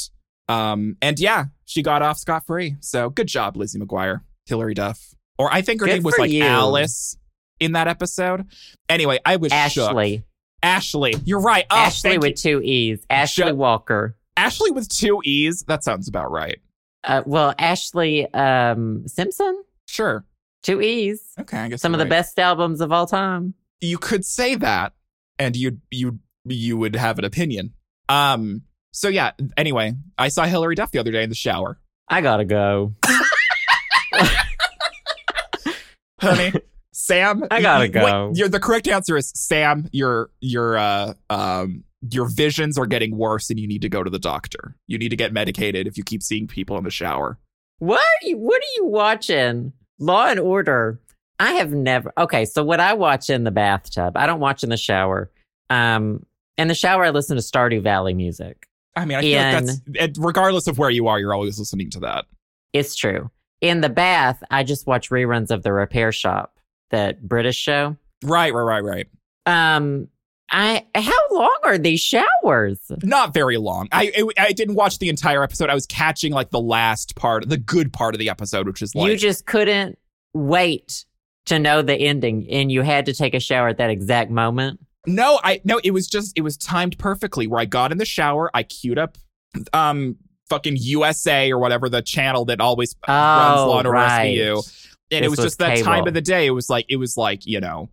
Speaker 2: Um and yeah, she got off scot free. So good job Lizzie McGuire, Hillary Duff. Or I think her
Speaker 1: Good
Speaker 2: name was
Speaker 1: for
Speaker 2: like
Speaker 1: you.
Speaker 2: Alice in that episode. Anyway, I was shook.
Speaker 1: Ashley.
Speaker 2: Ashley, you're right. Oh,
Speaker 1: Ashley
Speaker 2: thank you.
Speaker 1: with two E's. Ashley
Speaker 2: Shut-
Speaker 1: Walker.
Speaker 2: Ashley with two E's. That sounds about right.
Speaker 1: Uh, well, Ashley um, Simpson.
Speaker 2: Sure.
Speaker 1: Two E's.
Speaker 2: Okay, I guess
Speaker 1: Some of
Speaker 2: you're
Speaker 1: the
Speaker 2: right.
Speaker 1: best albums of all time.
Speaker 2: You could say that, and you would you you would have an opinion. Um. So yeah. Anyway, I saw Hillary Duff the other day in the shower.
Speaker 1: I gotta go.
Speaker 2: honey. Sam,
Speaker 1: I
Speaker 2: you-
Speaker 1: gotta
Speaker 2: you-
Speaker 1: go.
Speaker 2: Wait, you're, the correct answer is Sam. Your your uh um your visions are getting worse, and you need to go to the doctor. You need to get medicated if you keep seeing people in the shower.
Speaker 1: What are you, what are you watching? Law and Order. I have never. Okay, so what I watch in the bathtub, I don't watch in the shower. Um, in the shower, I listen to Stardew Valley music.
Speaker 2: I mean, I feel like that's and regardless of where you are, you're always listening to that.
Speaker 1: It's true. In the bath, I just watch reruns of The Repair Shop, that British show.
Speaker 2: Right, right, right, right.
Speaker 1: Um, I how long are these showers?
Speaker 2: Not very long. I it, I didn't watch the entire episode. I was catching like the last part, the good part of the episode, which is like
Speaker 1: you just couldn't wait to know the ending, and you had to take a shower at that exact moment.
Speaker 2: No, I no, it was just it was timed perfectly where I got in the shower, I queued up um fucking USA or whatever the channel that always
Speaker 1: Oh,
Speaker 2: runs Law and Order
Speaker 1: right.
Speaker 2: SVU. and it
Speaker 1: This
Speaker 2: was,
Speaker 1: was
Speaker 2: just that time
Speaker 1: cable.
Speaker 2: of the day. It was like it was like, you know,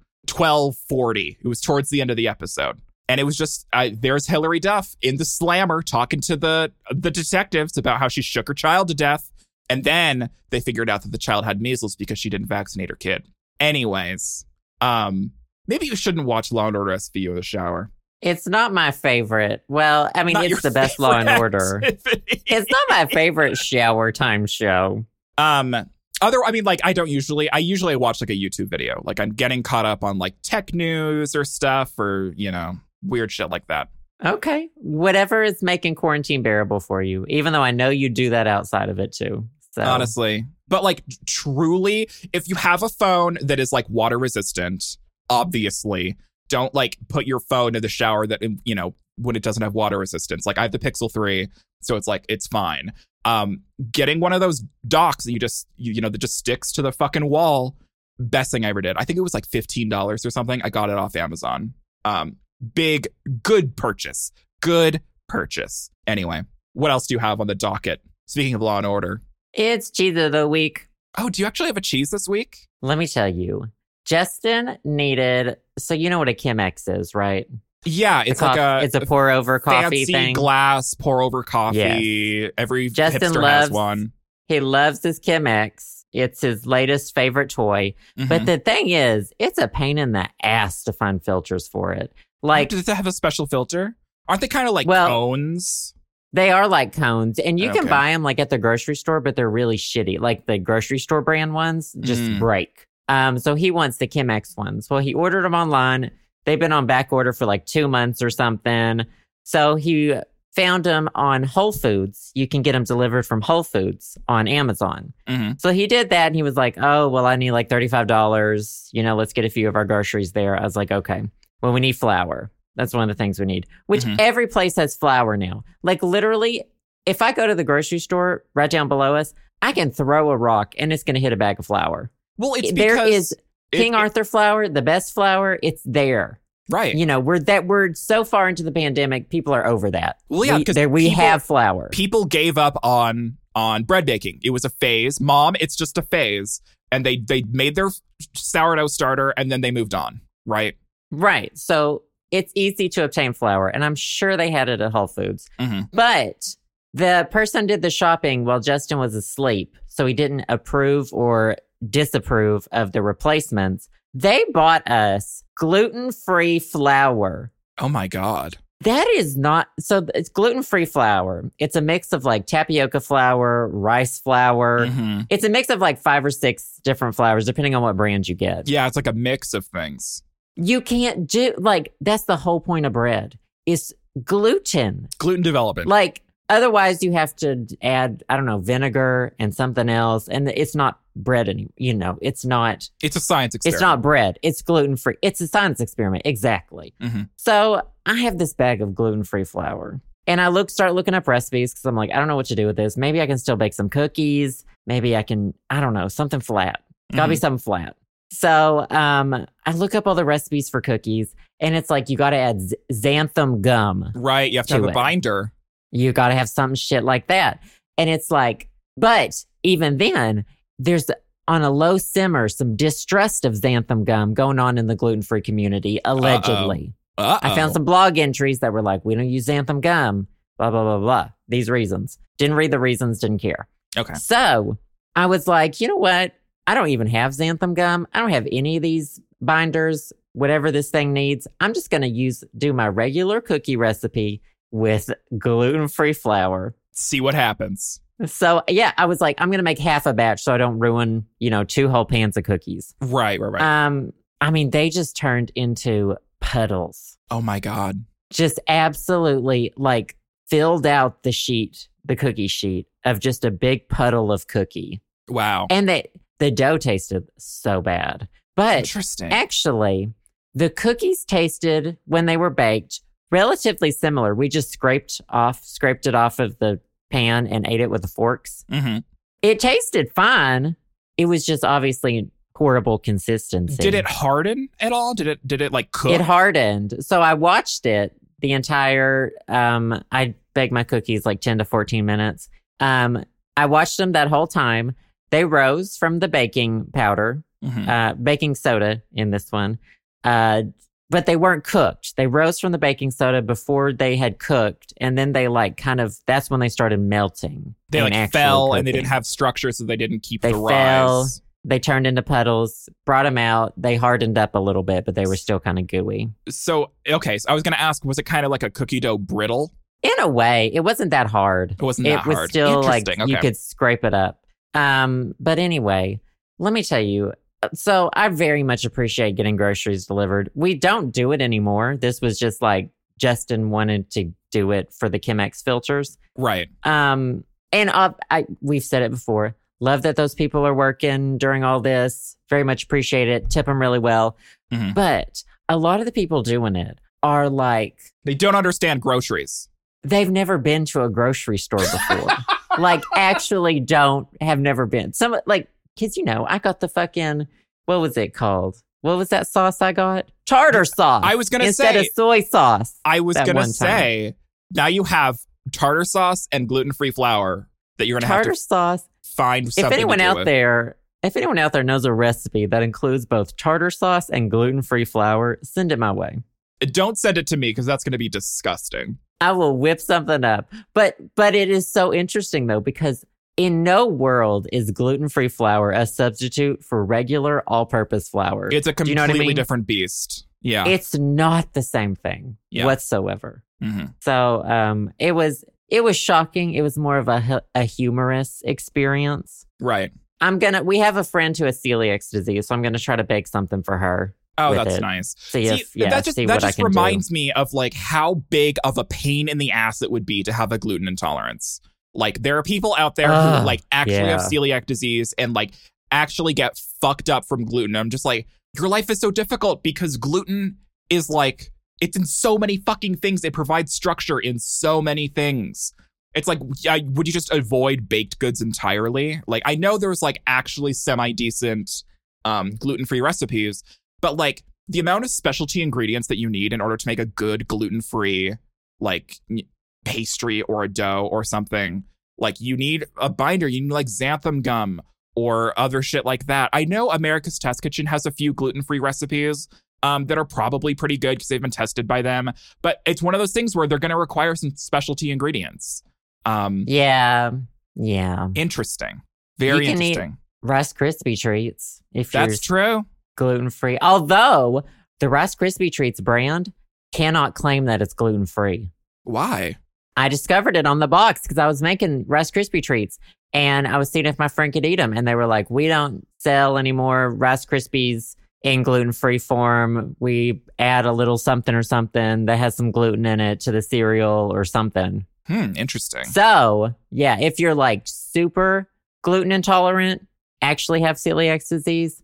Speaker 2: 12:40. It was towards the end of the episode. And it was just I, there's Hillary Duff in the slammer talking to the the detectives about how she shook her child to death and then they figured out that the child had measles because she didn't vaccinate her kid. Anyways, um Maybe you shouldn't watch Law and Order SVU in the shower.
Speaker 1: It's not my favorite. Well, I mean,
Speaker 2: Not your
Speaker 1: it's the best Law and
Speaker 2: favorite
Speaker 1: Order.
Speaker 2: activity.
Speaker 1: it's not my favorite shower time show.
Speaker 2: um, other, I mean, like I don't usually. I usually watch like a YouTube video. Like I'm getting caught up on like tech news or stuff or you know weird shit like that.
Speaker 1: Okay. Whatever is making quarantine bearable for you, even though I know you do that outside of it too. So
Speaker 2: Honestly, but like truly, if you have a phone that is like water resistant, obviously don't like put your phone in the shower that um, you know when it doesn't have water resistance. Like I have the Pixel Three, so it's like it's fine. Um, getting one of those docks that you just you, you know that just sticks to the fucking wall. Best thing I ever did. I think it was like fifteen dollars or something. I got it off Amazon. Um, big good purchase. Good purchase. Anyway, what else do you have on the docket? Speaking of Law and Order,
Speaker 1: it's cheese of the week.
Speaker 2: Oh, do you actually have a cheese this week?
Speaker 1: Let me tell you, Justin needed. So you know what a Chemex is, right?
Speaker 2: Yeah, it's
Speaker 1: The
Speaker 2: like
Speaker 1: coff-
Speaker 2: a
Speaker 1: it's a pour over coffee
Speaker 2: fancy
Speaker 1: thing.
Speaker 2: glass pour over coffee. Every
Speaker 1: Justin
Speaker 2: hipster
Speaker 1: loves-
Speaker 2: has one.
Speaker 1: he loves his Chemex. It's his latest favorite toy.
Speaker 2: Mm-hmm.
Speaker 1: But the thing is, it's a pain in the ass to find filters for it. Like
Speaker 2: does it have a special filter? Aren't they kind of like
Speaker 1: Well-
Speaker 2: cones?
Speaker 1: They are like cones, and you can
Speaker 2: Okay.
Speaker 1: buy them like at the grocery store, but they're really shitty. Like the grocery store brand ones just
Speaker 2: Mm.
Speaker 1: break. Um, so he wants the Chemex ones. Well, he ordered them online. They've been on back order for like two months or something. So he found them on Whole Foods. You can get them delivered from Whole Foods on Amazon.
Speaker 2: hmm
Speaker 1: So he did that and he was like, oh, well, I need like $35. You know, let's get a few of our groceries there. I was like, okay. Well, we need flour. That's one of the things we need, which
Speaker 2: Mhm.
Speaker 1: every place has flour now. Like literally, if I go to the grocery store right down below us, I can throw a rock and it's going to hit a bag of flour.
Speaker 2: Well, it's because
Speaker 1: there is
Speaker 2: it-
Speaker 1: King
Speaker 2: it-
Speaker 1: Arthur flour, the best flour. It's there.
Speaker 2: right?
Speaker 1: You know, we're that we're so far into the pandemic, people are over that.
Speaker 2: Well, yeah,
Speaker 1: we,
Speaker 2: 'cause
Speaker 1: there, we
Speaker 2: people-
Speaker 1: have flour.
Speaker 2: People gave up on on bread baking. It was a phase. Mom, it's just a phase, and they they made their sourdough starter, and then they moved on. Right?
Speaker 1: Right. So it's easy to obtain flour, and I'm sure they had it at Whole Foods.
Speaker 2: Mhm.
Speaker 1: But the person did the shopping while Justin was asleep, so he didn't approve or disapprove of the replacements. They bought us gluten free flour.
Speaker 2: Oh my god.
Speaker 1: That is not so. It's gluten free flour. It's a mix of like tapioca flour, rice flour.
Speaker 2: Mhm.
Speaker 1: It's a mix of like five or six different flours, depending on what brand you get.
Speaker 2: Yeah, it's like a mix of things.
Speaker 1: You can't do like that's the whole point of bread is gluten.
Speaker 2: Gluten development.
Speaker 1: Like otherwise you have to add I don't know vinegar and something else and it's not bread anymore. You know, it's not
Speaker 2: it's a science experiment.
Speaker 1: it's not bread. It's gluten free. It's a science experiment exactly.
Speaker 2: Mhm.
Speaker 1: So I have this bag of gluten free flour and I look start looking up recipes because I'm like I don't know what to do with this. Maybe I can still bake some cookies. Maybe I can I don't know something flat. It's gotta be something flat. So um, I look up all the recipes for cookies, and it's like you gotta add z- xanthan gum.
Speaker 2: Mm-hmm. Right. You have to
Speaker 1: to
Speaker 2: have a
Speaker 1: it.
Speaker 2: binder.
Speaker 1: You gotta have some shit like that. And it's like, but even then, there's on a low simmer some distrust of xanthan gum going on in the gluten free community, allegedly.
Speaker 2: Uh
Speaker 1: I found some blog entries that were like, we don't use xanthan gum, blah, blah, blah, blah. These reasons. Didn't read the reasons, didn't care.
Speaker 2: Okay.
Speaker 1: So I was like, you know what? I don't even have xanthan gum. I don't have any of these binders, whatever this thing needs. I'm just going to use, do my regular cookie recipe with gluten free flour.
Speaker 2: See what happens.
Speaker 1: So yeah, I was like, I'm going to make half a batch so I don't ruin, you know, two whole pans of cookies.
Speaker 2: Right. Right. Right.
Speaker 1: Um, I mean, they just turned into puddles
Speaker 2: oh my god.
Speaker 1: just absolutely like filled out the sheet, the cookie sheet of just a big puddle of cookie.
Speaker 2: Wow.
Speaker 1: And that the dough tasted so bad. But
Speaker 2: Interesting.
Speaker 1: actually, the cookies tasted when they were baked relatively similar. We just scraped off, scraped it off of the pan and ate it with the forks.
Speaker 2: Mhm.
Speaker 1: It tasted fine. It was just obviously horrible consistency.
Speaker 2: Did it harden at all? Did it? Did it like cook?
Speaker 1: It hardened. So I watched it the entire um I baked my cookies like 10 to 14 minutes. Um I watched them that whole time. They rose from the baking powder,
Speaker 2: Mhm.
Speaker 1: uh baking soda in this one. Uh but they weren't cooked. They rose from the baking soda before they had cooked and then they like kind of that's when they started melting.
Speaker 2: They
Speaker 1: and
Speaker 2: like
Speaker 1: actually
Speaker 2: fell and they
Speaker 1: cooking.
Speaker 2: didn't have structure, so they didn't keep
Speaker 1: They
Speaker 2: the
Speaker 1: fell.
Speaker 2: rise.
Speaker 1: they turned into puddles, brought them out, they hardened up a little bit, but they were still kind of gooey.
Speaker 2: So okay. So I was gonna ask, was it kind of like a cookie dough brittle?
Speaker 1: In a way, it wasn't that hard.
Speaker 2: It wasn't that
Speaker 1: it was
Speaker 2: hard.
Speaker 1: still like
Speaker 2: Interesting.
Speaker 1: you
Speaker 2: okay.
Speaker 1: could scrape it up. Um, but anyway, let me tell you. uh, So I very much appreciate getting groceries delivered. We don't do it anymore. This was just like Justin wanted to do it for the Chemex filters.
Speaker 2: right.
Speaker 1: Um, and uh, I, we've said it before. Love that those people are working during all this. Very much appreciate it. Tip them really well.
Speaker 2: Mhm.
Speaker 1: But a lot of the people doing it are like
Speaker 2: They don't understand groceries.
Speaker 1: they've never been to a grocery store before. like actually don't have never been. Some like kids, you know, I got the fucking what was it called? What was that sauce I got? Tartar sauce.
Speaker 2: I was gonna
Speaker 1: Uh, instead
Speaker 2: say.
Speaker 1: of soy sauce.
Speaker 2: I was
Speaker 1: that
Speaker 2: gonna
Speaker 1: one time.
Speaker 2: say. Now you have tartar sauce and gluten free flour that you're gonna
Speaker 1: Tartar
Speaker 2: have
Speaker 1: sauce.
Speaker 2: to find.
Speaker 1: If
Speaker 2: Something
Speaker 1: anyone
Speaker 2: to do
Speaker 1: out
Speaker 2: with.
Speaker 1: there, if anyone out there knows a recipe that includes both tartar sauce and gluten-free flour, send it my way.
Speaker 2: don't send it to me because that's going to be disgusting.
Speaker 1: I will whip something up. But but it is so interesting though because in no world is gluten-free flour a substitute for regular all-purpose flour.
Speaker 2: It's a
Speaker 1: you
Speaker 2: completely
Speaker 1: know what I mean?
Speaker 2: different beast. Yeah.
Speaker 1: it's not the same thing
Speaker 2: Yeah.
Speaker 1: whatsoever.
Speaker 2: Mhm.
Speaker 1: So um, it was it was shocking. It was more of a hu- a humorous experience.
Speaker 2: Right.
Speaker 1: I'm gonna. We have a friend who has celiac disease, so I'm gonna try to bake something for her
Speaker 2: Oh,
Speaker 1: with
Speaker 2: that's
Speaker 1: it.
Speaker 2: nice.
Speaker 1: See,
Speaker 2: See,
Speaker 1: if yeah,
Speaker 2: that just
Speaker 1: see
Speaker 2: that
Speaker 1: what I
Speaker 2: just
Speaker 1: can do.
Speaker 2: reminds me of like how big of a pain in the ass it would be to have a gluten intolerance. Like there are people out there
Speaker 1: Ugh,
Speaker 2: who like actually have
Speaker 1: yeah.
Speaker 2: celiac disease and like actually get fucked up from gluten. I'm just like your life is so difficult because gluten is like it's in so many fucking things. It provides structure in so many things. It's like, yeah, would you just avoid baked goods entirely? Like, I know there's like actually semi decent um, gluten free recipes, but like the amount of specialty ingredients that you need in order to make a good gluten free like n- pastry or a dough or something, like you need a binder, you need like xanthan gum or other shit like that. I know America's Test Kitchen has a few gluten free recipes um, that are probably pretty good because they've been tested by them, but it's one of those things where they're going to require some specialty ingredients. Um,
Speaker 1: Yeah, yeah.
Speaker 2: Interesting. Very
Speaker 1: You can eat-
Speaker 2: interesting.
Speaker 1: Rice Krispie treats. If you're
Speaker 2: That's true.
Speaker 1: gluten free, although the Rice Krispie treats brand cannot claim that it's gluten free.
Speaker 2: Why?
Speaker 1: I discovered it on the box because I was making Rice Krispie treats and I was seeing if my friend could eat them. And they were like, we don't sell any more Rice Krispies in gluten free form. We add a little something or something that has some gluten in it to the cereal or something.
Speaker 2: Hmm. Interesting.
Speaker 1: So, yeah, if you're like super gluten intolerant, actually have celiac disease,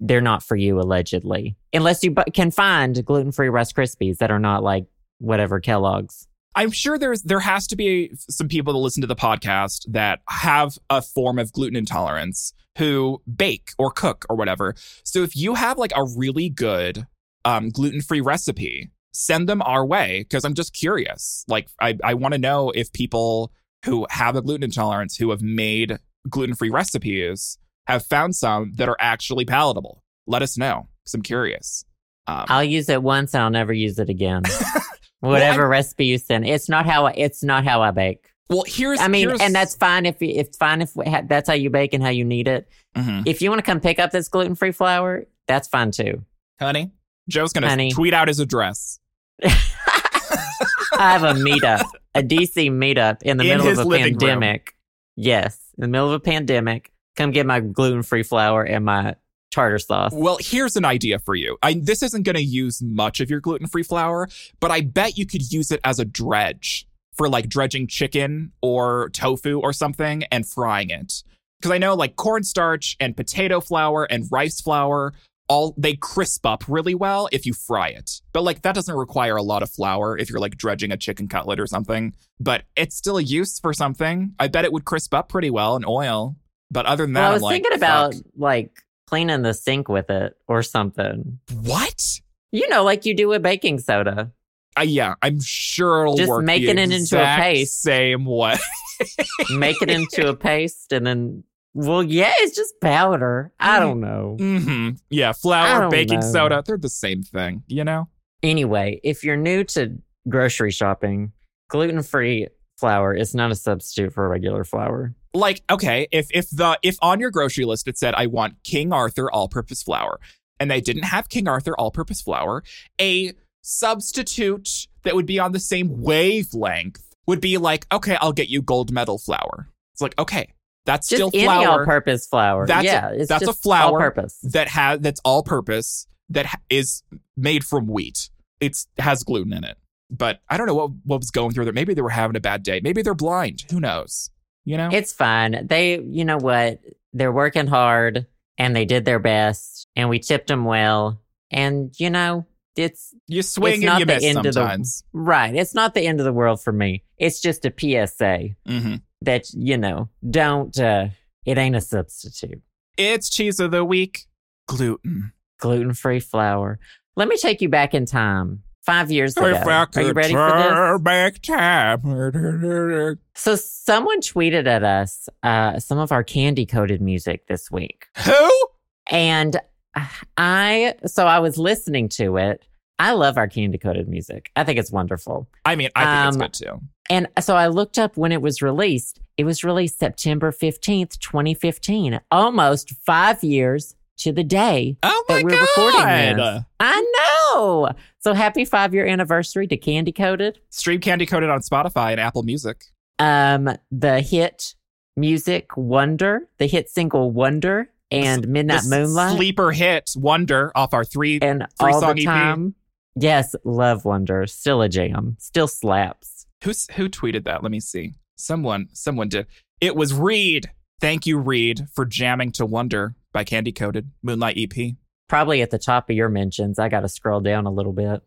Speaker 1: they're not for you, allegedly. Unless you bu- can find gluten free Rice Krispies that are not like whatever Kellogg's.
Speaker 2: I'm sure there's there has to be some people that listen to the podcast that have a form of gluten intolerance who bake or cook or whatever. So if you have like a really good um, gluten-free recipe, send them our way because I'm just curious. Like I I want to know if people who have a gluten intolerance who have made gluten-free recipes have found some that are actually palatable. Let us know because I'm curious. Um,
Speaker 1: I'll use it once and I'll never use it again. Whatever recipe you send, it's not how I, it's not how I bake.
Speaker 2: well, here's
Speaker 1: I mean,
Speaker 2: here's-
Speaker 1: and that's fine if you, it's fine if ha- that's how you bake and how you need it.
Speaker 2: Mhm.
Speaker 1: If you want to come pick up this gluten free flour, that's fine too.
Speaker 2: Honey, Joe's gonna
Speaker 1: Honey.
Speaker 2: tweet out his address
Speaker 1: I have a meetup, a DC meetup in the
Speaker 2: In
Speaker 1: middle
Speaker 2: his
Speaker 1: of a
Speaker 2: living room.
Speaker 1: pandemic. Yes, in the middle of a pandemic. Come get my gluten free flour and my tartar sauce.
Speaker 2: Well, here's an idea for you. I, this isn't going to use much of your gluten free flour, but I bet you could use it as a dredge for like dredging chicken or tofu or something and frying it. Because I know like cornstarch and potato flour and rice flour, all they crisp up really well if you fry it. But like that doesn't require a lot of flour if you're like dredging a chicken cutlet or something. But it's still a use for something. I bet it would crisp up pretty well in oil. But other than that,
Speaker 1: Well, I
Speaker 2: I'm
Speaker 1: was
Speaker 2: like,
Speaker 1: thinking about
Speaker 2: fuck.
Speaker 1: like cleaning the sink with it or something.
Speaker 2: what?
Speaker 1: You know, like you do with baking soda.
Speaker 2: Uh, yeah, I'm sure it'll
Speaker 1: Just
Speaker 2: work. the
Speaker 1: making it into a
Speaker 2: exact
Speaker 1: paste.
Speaker 2: Same way.
Speaker 1: make it into a paste and then well yeah it's just powder i
Speaker 2: Mm-hmm.
Speaker 1: don't know
Speaker 2: hmm Yeah,
Speaker 1: I
Speaker 2: flour,
Speaker 1: don't
Speaker 2: baking
Speaker 1: know.
Speaker 2: soda, they're the same thing, you know?
Speaker 1: anyway if you're new to grocery shopping gluten-free flour is not a substitute for regular flour
Speaker 2: Like, okay, if if the if on your grocery list it said I want King Arthur all-purpose flour, and they didn't have King Arthur all-purpose flour, a substitute that would be on the same wavelength would be like, okay, I'll get you gold medal flour. It's like, okay, that's
Speaker 1: just
Speaker 2: still
Speaker 1: any
Speaker 2: flour.
Speaker 1: all-purpose flour
Speaker 2: That's a-
Speaker 1: yeah it's
Speaker 2: that's a
Speaker 1: just
Speaker 2: flour.
Speaker 1: all-purpose
Speaker 2: that has that's all purpose that ha- is made from wheat. It's has gluten in it. But I don't know what what was going through there. Maybe they were having a bad day. Maybe they're blind. Who knows? You know?
Speaker 1: it's fine they you know what they're working hard and they did their best and we tipped them well and you know it's
Speaker 2: you swing
Speaker 1: not
Speaker 2: and you
Speaker 1: the
Speaker 2: miss
Speaker 1: end of the-
Speaker 2: sometimes.
Speaker 1: right it's not the end of the world for me it's just a psa
Speaker 2: hmm
Speaker 1: that you know don't uh it ain't a substitute
Speaker 2: It's cheese of the week. Gluten.
Speaker 1: gluten-free flour let me take you back in time five years ago are you ready for this
Speaker 2: Back time.
Speaker 1: so someone tweeted at us uh some of our candy coated music this week
Speaker 2: Who?
Speaker 1: and i so i was listening to it i love our candy coated music i think it's wonderful
Speaker 2: I mean, I think
Speaker 1: Um,
Speaker 2: it's good too.
Speaker 1: and so i looked up when it was released it was released september 15th 2015 almost five years to the day
Speaker 2: Oh
Speaker 1: that
Speaker 2: my
Speaker 1: we're recording
Speaker 2: god!
Speaker 1: this. I know. So happy five year anniversary to Candy Coated.
Speaker 2: Stream Candy Coated on Spotify and Apple Music.
Speaker 1: Um, the hit music Wonder, the hit single Wonder, and Midnight
Speaker 2: The
Speaker 1: Moonlight
Speaker 2: Sleeper hit Wonder off our three.
Speaker 1: and
Speaker 2: free
Speaker 1: all
Speaker 2: song E
Speaker 1: the
Speaker 2: EP.
Speaker 1: time. Yes, Love Wonder still a jam, still slaps.
Speaker 2: Who's who tweeted that? Let me see. Someone someone did. It was Reed. Thank you, Reed, for jamming to Wonder by Candy Coated Moonlight E EP.
Speaker 1: Probably at the top of your mentions. I got to scroll down a little bit.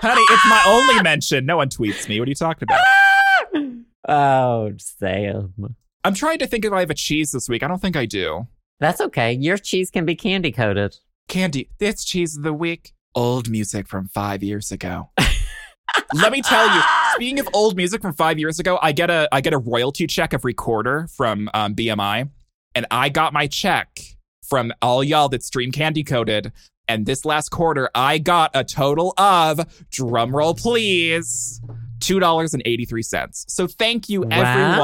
Speaker 2: Honey, it's my only mention. No one tweets me. What are you talking about?
Speaker 1: oh, Sam.
Speaker 2: I'm trying to think if I have a cheese this week. I don't think I do.
Speaker 1: That's okay. Your cheese can be candy coated.
Speaker 2: Candy, that's cheese of the week. Old music from five years ago. Let me tell you. Speaking of old music from five years ago, I get a I get a royalty check every quarter from um, BMI, and I got my check from all y'all that stream candy coded. And this last quarter, I got a total of drumroll please two dollars and eighty three cents. So thank you everyone for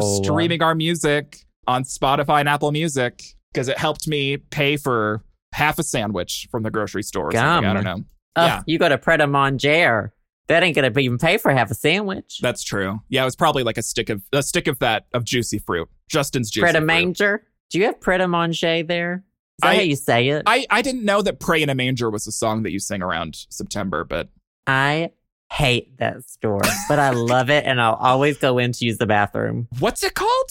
Speaker 1: Wow.
Speaker 2: streaming our music on Spotify and Apple Music because it helped me pay for half a sandwich from the grocery store. Or something.
Speaker 1: Gum.
Speaker 2: I don't know.
Speaker 1: Ugh,
Speaker 2: Yeah.
Speaker 1: You got a pret a manger. That ain't gonna be even pay for half a sandwich.
Speaker 2: That's true. Yeah, it was probably like a stick of a stick of that of juicy fruit. Justin's juicy
Speaker 1: Pret a
Speaker 2: fruit.
Speaker 1: manger. Do you have pret a manger there? Is that
Speaker 2: I-
Speaker 1: how you say it? I,
Speaker 2: I, I didn't know that Pray in a Manger was a song that you sing around September, but
Speaker 1: hate that store, but I love it, and I'll always go in to use the bathroom.
Speaker 2: what's it called?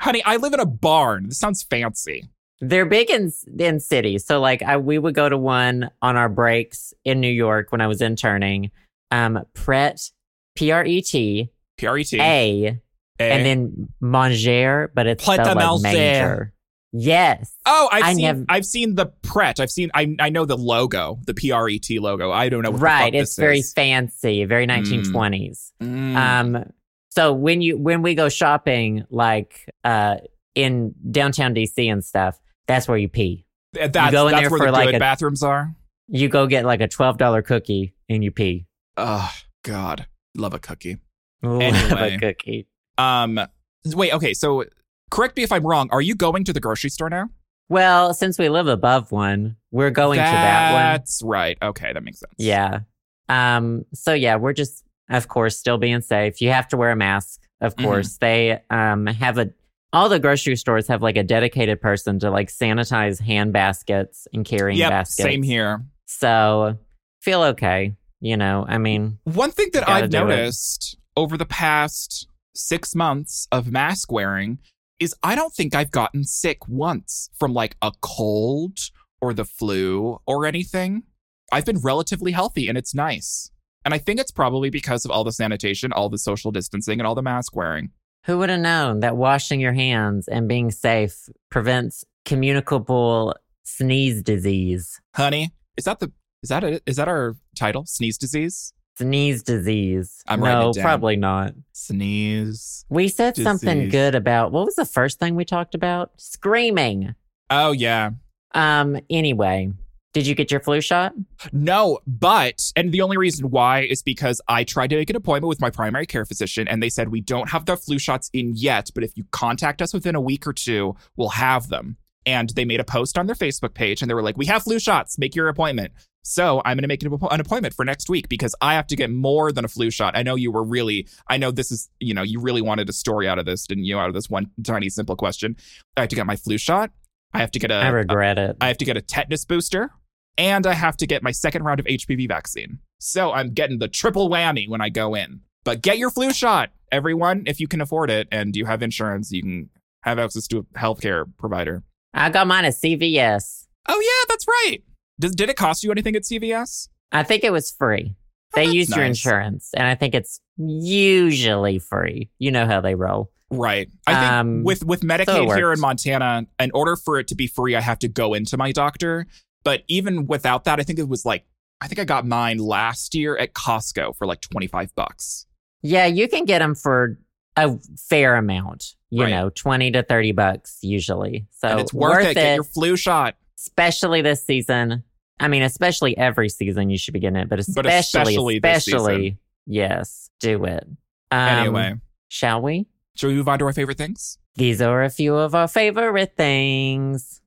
Speaker 2: Honey, I live in a barn. This sounds fancy.
Speaker 1: They're big in in cities, so like I we would go to one on our breaks in New York when I was interning. Um, pret, P R E T
Speaker 2: P R E T.
Speaker 1: A, and then manger, but it's
Speaker 2: Pret a
Speaker 1: spelled like
Speaker 2: manger.
Speaker 1: manger. Yes.
Speaker 2: Oh, I've
Speaker 1: I
Speaker 2: seen
Speaker 1: nev-
Speaker 2: I've seen the Pret. I've seen I I know the logo, the P R E T logo. I don't know what
Speaker 1: right
Speaker 2: the fuck
Speaker 1: it's
Speaker 2: this
Speaker 1: very
Speaker 2: is. Hmm.
Speaker 1: fancy very 1920s
Speaker 2: Mm.
Speaker 1: um so when you when we go shopping like uh in downtown dc and stuff that's where you pee
Speaker 2: Th- that's,
Speaker 1: go in
Speaker 2: that's
Speaker 1: there
Speaker 2: where
Speaker 1: for
Speaker 2: the
Speaker 1: like
Speaker 2: good
Speaker 1: a-
Speaker 2: bathrooms are.
Speaker 1: you go get like a $12 cookie and you pee
Speaker 2: Oh God, love a cookie.
Speaker 1: Love
Speaker 2: Anyway.
Speaker 1: a cookie
Speaker 2: Um, wait, okay, so correct me if I'm wrong. Are you going to the grocery store now?
Speaker 1: well since we live above one we're going to that one
Speaker 2: That's right. Okay, that makes sense.
Speaker 1: yeah um so yeah we're just of course still being safe you have to wear a mask of
Speaker 2: Mhm.
Speaker 1: course they um have a all the grocery stores have like a dedicated person to like sanitize hand baskets and carrying
Speaker 2: Yep,
Speaker 1: baskets
Speaker 2: same here.
Speaker 1: so feel okay you know i mean
Speaker 2: One thing that
Speaker 1: Gotta
Speaker 2: I've
Speaker 1: do it.
Speaker 2: noticed over the past six months of mask wearing is I don't think I've gotten sick once from like a cold or the flu or anything. I've been relatively healthy and it's nice. And I think it's probably because of all the sanitation, all the social distancing, and all the mask wearing.
Speaker 1: who would have known that washing your hands and being safe prevents communicable sneeze disease
Speaker 2: Honey, is that the is that it? Is that our title? Sneeze disease?
Speaker 1: sneeze disease
Speaker 2: I'm writing
Speaker 1: no
Speaker 2: it down.
Speaker 1: probably not
Speaker 2: Sneeze.
Speaker 1: We said something
Speaker 2: Disease.
Speaker 1: good about what was the first thing we talked about? Screaming.
Speaker 2: Oh yeah.
Speaker 1: Um, anyway, did you get your flu shot?
Speaker 2: No, but, and the only reason why is because I tried to make an appointment with my primary care physician and they said, we don't have the flu shots in yet, but if you contact us within a week or two, we'll have them. And they made a post on their Facebook page and they were like, we have flu shots, make your appointment. So I'm going to make an app- an appointment for next week because I have to get more than a flu shot. I know you were really, I know this is, you know, you really wanted a story out of this, didn't you? Out of this one tiny simple question. I have to get my flu shot. I have to get a,
Speaker 1: I regret it.
Speaker 2: Uh, I have to get a tetanus booster, and I have to get my second round of HPV vaccine. So I'm getting the triple whammy when I go in. But get your flu shot, everyone, if you can afford it and you have insurance, you can have access to a healthcare provider.
Speaker 1: I got mine at CVS.
Speaker 2: Oh yeah, that's right. Does, did it cost you anything at CVS?
Speaker 1: I think it was free. They
Speaker 2: Oh, that's
Speaker 1: used your
Speaker 2: nice.
Speaker 1: insurance, and I think it's usually free. You know how they roll.
Speaker 2: Right. I think
Speaker 1: Um,
Speaker 2: with with Medicaid here
Speaker 1: works.
Speaker 2: in Montana, in order for it to be free, I have to go into my doctor. But even without that, I think it was like I think I got mine last year at Costco for like 25 bucks.
Speaker 1: Yeah, you can get them for a fair amount. You
Speaker 2: Right.
Speaker 1: know, twenty to thirty bucks usually. So
Speaker 2: and it's worth, it. Get your flu shot.
Speaker 1: especially this season. I mean, especially every season you should be getting it, but especially,
Speaker 2: especially this
Speaker 1: especially, yes, do it. Um,
Speaker 2: Anyway,
Speaker 1: shall we?
Speaker 2: should we move on to our favorite things?
Speaker 1: These are a few of our favorite things.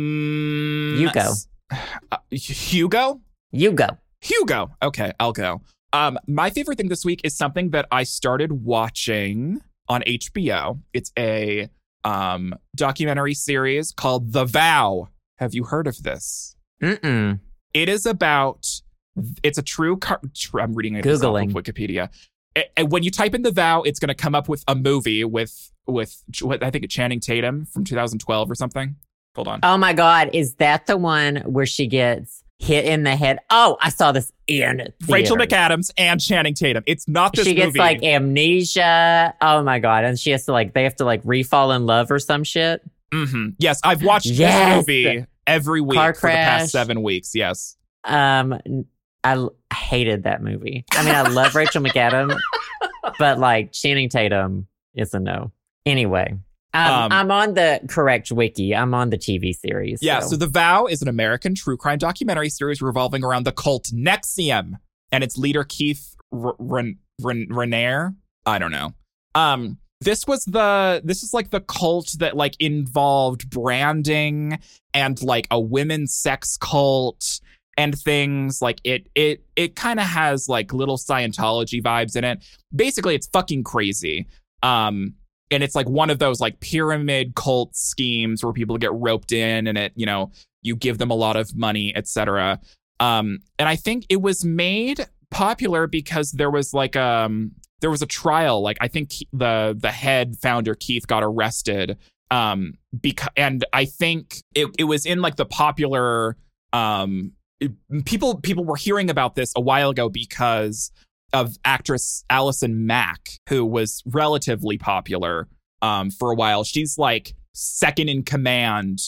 Speaker 2: Um,
Speaker 1: Hugo.
Speaker 2: s- uh, Hugo,
Speaker 1: You go.
Speaker 2: Hugo. Okay, I'll go. Um, my favorite thing this week is something that I started watching on HBO. It's a um, documentary series called The Vow. Have you heard of this?
Speaker 1: Mm-mm.
Speaker 2: It is about. It's a true. Car- tr- I'm reading it off of
Speaker 1: Googling.
Speaker 2: Wikipedia. A- And when you type in the vow, it's going to come up with a movie with with Ch- what I think Channing Tatum from 2012 or something. Hold on.
Speaker 1: Oh my God. Is that the one where she gets hit in the head? Oh, I saw this in
Speaker 2: Rachel
Speaker 1: theaters.
Speaker 2: McAdams and Channing Tatum. It's not this
Speaker 1: she gets
Speaker 2: movie.
Speaker 1: like amnesia. Oh my god! And she has to like they have to like refall in love or some shit.
Speaker 2: Mhm. Yes, I've watched
Speaker 1: Yes.
Speaker 2: this movie every week
Speaker 1: Car
Speaker 2: for the past
Speaker 1: crash.
Speaker 2: seven weeks. Yes.
Speaker 1: Um, I l- hated that movie. I mean, I love Rachel McAdams, but like Channing Tatum is a no. Anyway, um,
Speaker 2: Um,
Speaker 1: I'm on the correct wiki. I'm on the TV series.
Speaker 2: Yeah, so The Vow is an American true crime documentary series revolving around the cult Nexium and its leader Keith R- Ren- Ren- Renner. I don't know. Um, this was the this is like the cult that like involved branding and like a women's sex cult and things like it it it kind of has like little Scientology vibes in it. Basically, it's fucking crazy. Um, and it's like one of those like pyramid cult schemes where people get roped in and it you know you give them a lot of money etc um and i think it was made popular because there was like um there was a trial like i think he- the the head founder keith got arrested um because and i think it, it was in like the popular um it- people people were hearing about this a while ago because of actress Allison Mack, who was relatively popular um, for a while. She's like second in command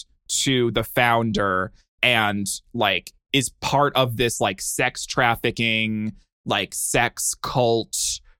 Speaker 2: to the founder and like is part of this like sex trafficking, like sex cult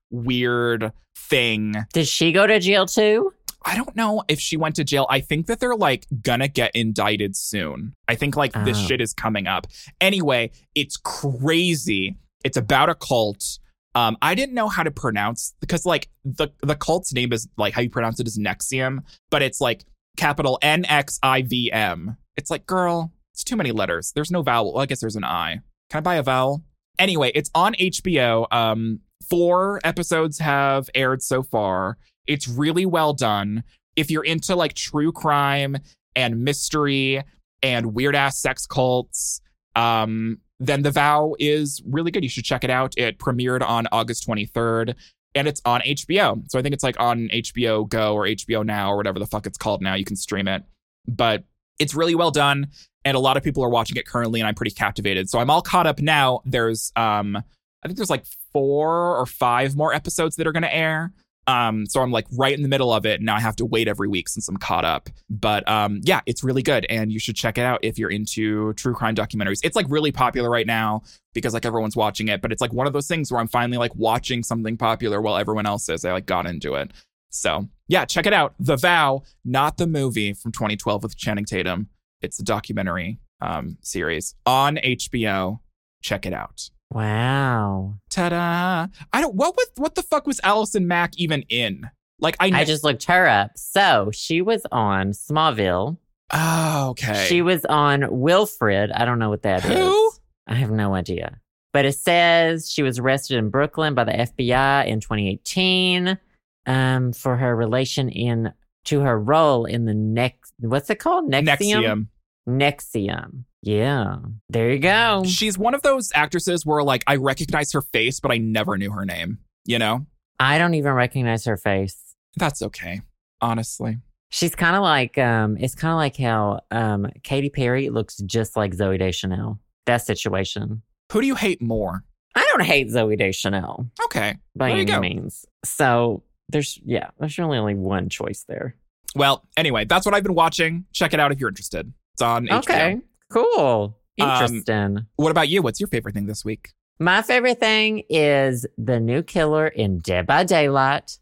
Speaker 2: weird thing.
Speaker 1: did she go to jail too?
Speaker 2: I don't know if she went to jail. I think that they're like gonna get indicted soon. I think like this
Speaker 1: Oh.
Speaker 2: shit is coming up. Anyway, it's crazy. It's about a cult. Um, I didn't know how to pronounce because like the the cult's name is like how you pronounce it is Nexium, but it's like capital N X I V M. It's like girl, it's too many letters. There's no vowel. Well, I guess there's an I. Can I buy a vowel? Anyway, it's on HBO. Um, four episodes have aired so far. It's really well done. If you're into like true crime and mystery and weird ass sex cults, um, then The Vow is really good. You should check it out. It premiered on August 23rd and it's on HBO. So I think it's like on HBO Go or HBO Now or whatever the fuck it's called now. You can stream it. But it's really well done and a lot of people are watching it currently and I'm pretty captivated. So I'm all caught up now. There's um I think there's like four or five more episodes that are going to air. Um, so I'm like right in the middle of it. and Now I have to wait every week since I'm caught up. But um, yeah, it's really good, and you should check it out if you're into true crime documentaries. It's like really popular right now because like everyone's watching it. But it's like one of those things where I'm finally like watching something popular while everyone else is. I like got into it. So yeah, check it out. The Vow, not the movie from 2012 with Channing Tatum. It's a documentary um, series on HBO. Check it out.
Speaker 1: Wow.
Speaker 2: Ta-da! I don't. What was what the fuck was Allison Mack even in? Like I,
Speaker 1: I just looked her up. So she was on Smallville.
Speaker 2: Oh, okay.
Speaker 1: She was on Wilfred. I don't know what that is.
Speaker 2: Who?
Speaker 1: I have no idea. But it says she was arrested in Brooklyn by the FBI in 2018 um, for her relation in to her role in the next. What's it called? Nexium.
Speaker 2: Nexium.
Speaker 1: Nexium. Yeah. There you go.
Speaker 2: She's one of those actresses where like I recognize her face, but I never knew her name. You know,
Speaker 1: I don't even recognize her face.
Speaker 2: that's okay. Honestly,
Speaker 1: She's kind of like, um, it's kind of like how um, Katy Perry looks just like Zoe Deschanel. That situation.
Speaker 2: who do you hate more?
Speaker 1: I don't hate Zoe Deschanel
Speaker 2: Okay.
Speaker 1: by
Speaker 2: There you
Speaker 1: any
Speaker 2: go.
Speaker 1: means. So there's, yeah, there's really only one choice there.
Speaker 2: Well, anyway, that's what I've been watching. Check it out if you're interested. It's on HBO.
Speaker 1: Okay, cool.
Speaker 2: Um,
Speaker 1: Interesting.
Speaker 2: What about you? What's your favorite thing this week?
Speaker 1: My favorite thing is the new killer in Dead by Daylight.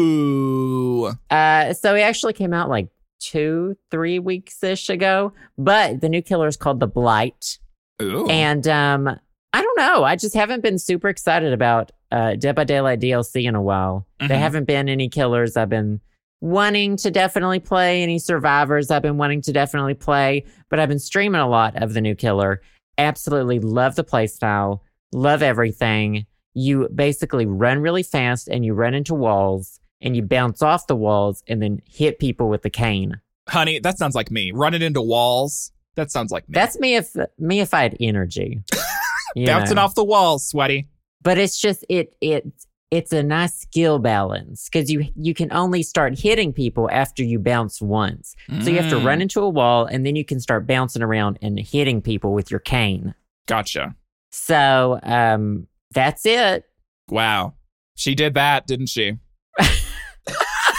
Speaker 2: Ooh.
Speaker 1: Uh, so he actually came out like two, three weeks ish ago, but the new killer is called The Blight.
Speaker 2: Ooh.
Speaker 1: And um, I don't know. I just haven't been super excited about uh, Dead by Daylight DLC in a while. There
Speaker 2: Mhm.
Speaker 1: haven't been any killers I've been wanting to definitely play, any survivors I've been wanting to definitely play, but I've been streaming a lot of the new killer. Absolutely love the playstyle, love everything. You basically run really fast and you run into walls and you bounce off the walls and then hit people with the cane.
Speaker 2: Honey, that sounds like me. Running into walls. That sounds like me.
Speaker 1: That's me if me if I had energy. You
Speaker 2: Bouncing
Speaker 1: know?
Speaker 2: off the walls, sweaty.
Speaker 1: But it's just it it it's a nice skill balance because you you can only start hitting people after you bounce once. So you have to
Speaker 2: Mm,
Speaker 1: run into a wall and then you can start bouncing around and hitting people with your cane.
Speaker 2: Gotcha.
Speaker 1: So um that's it.
Speaker 2: Wow. She did that, didn't she?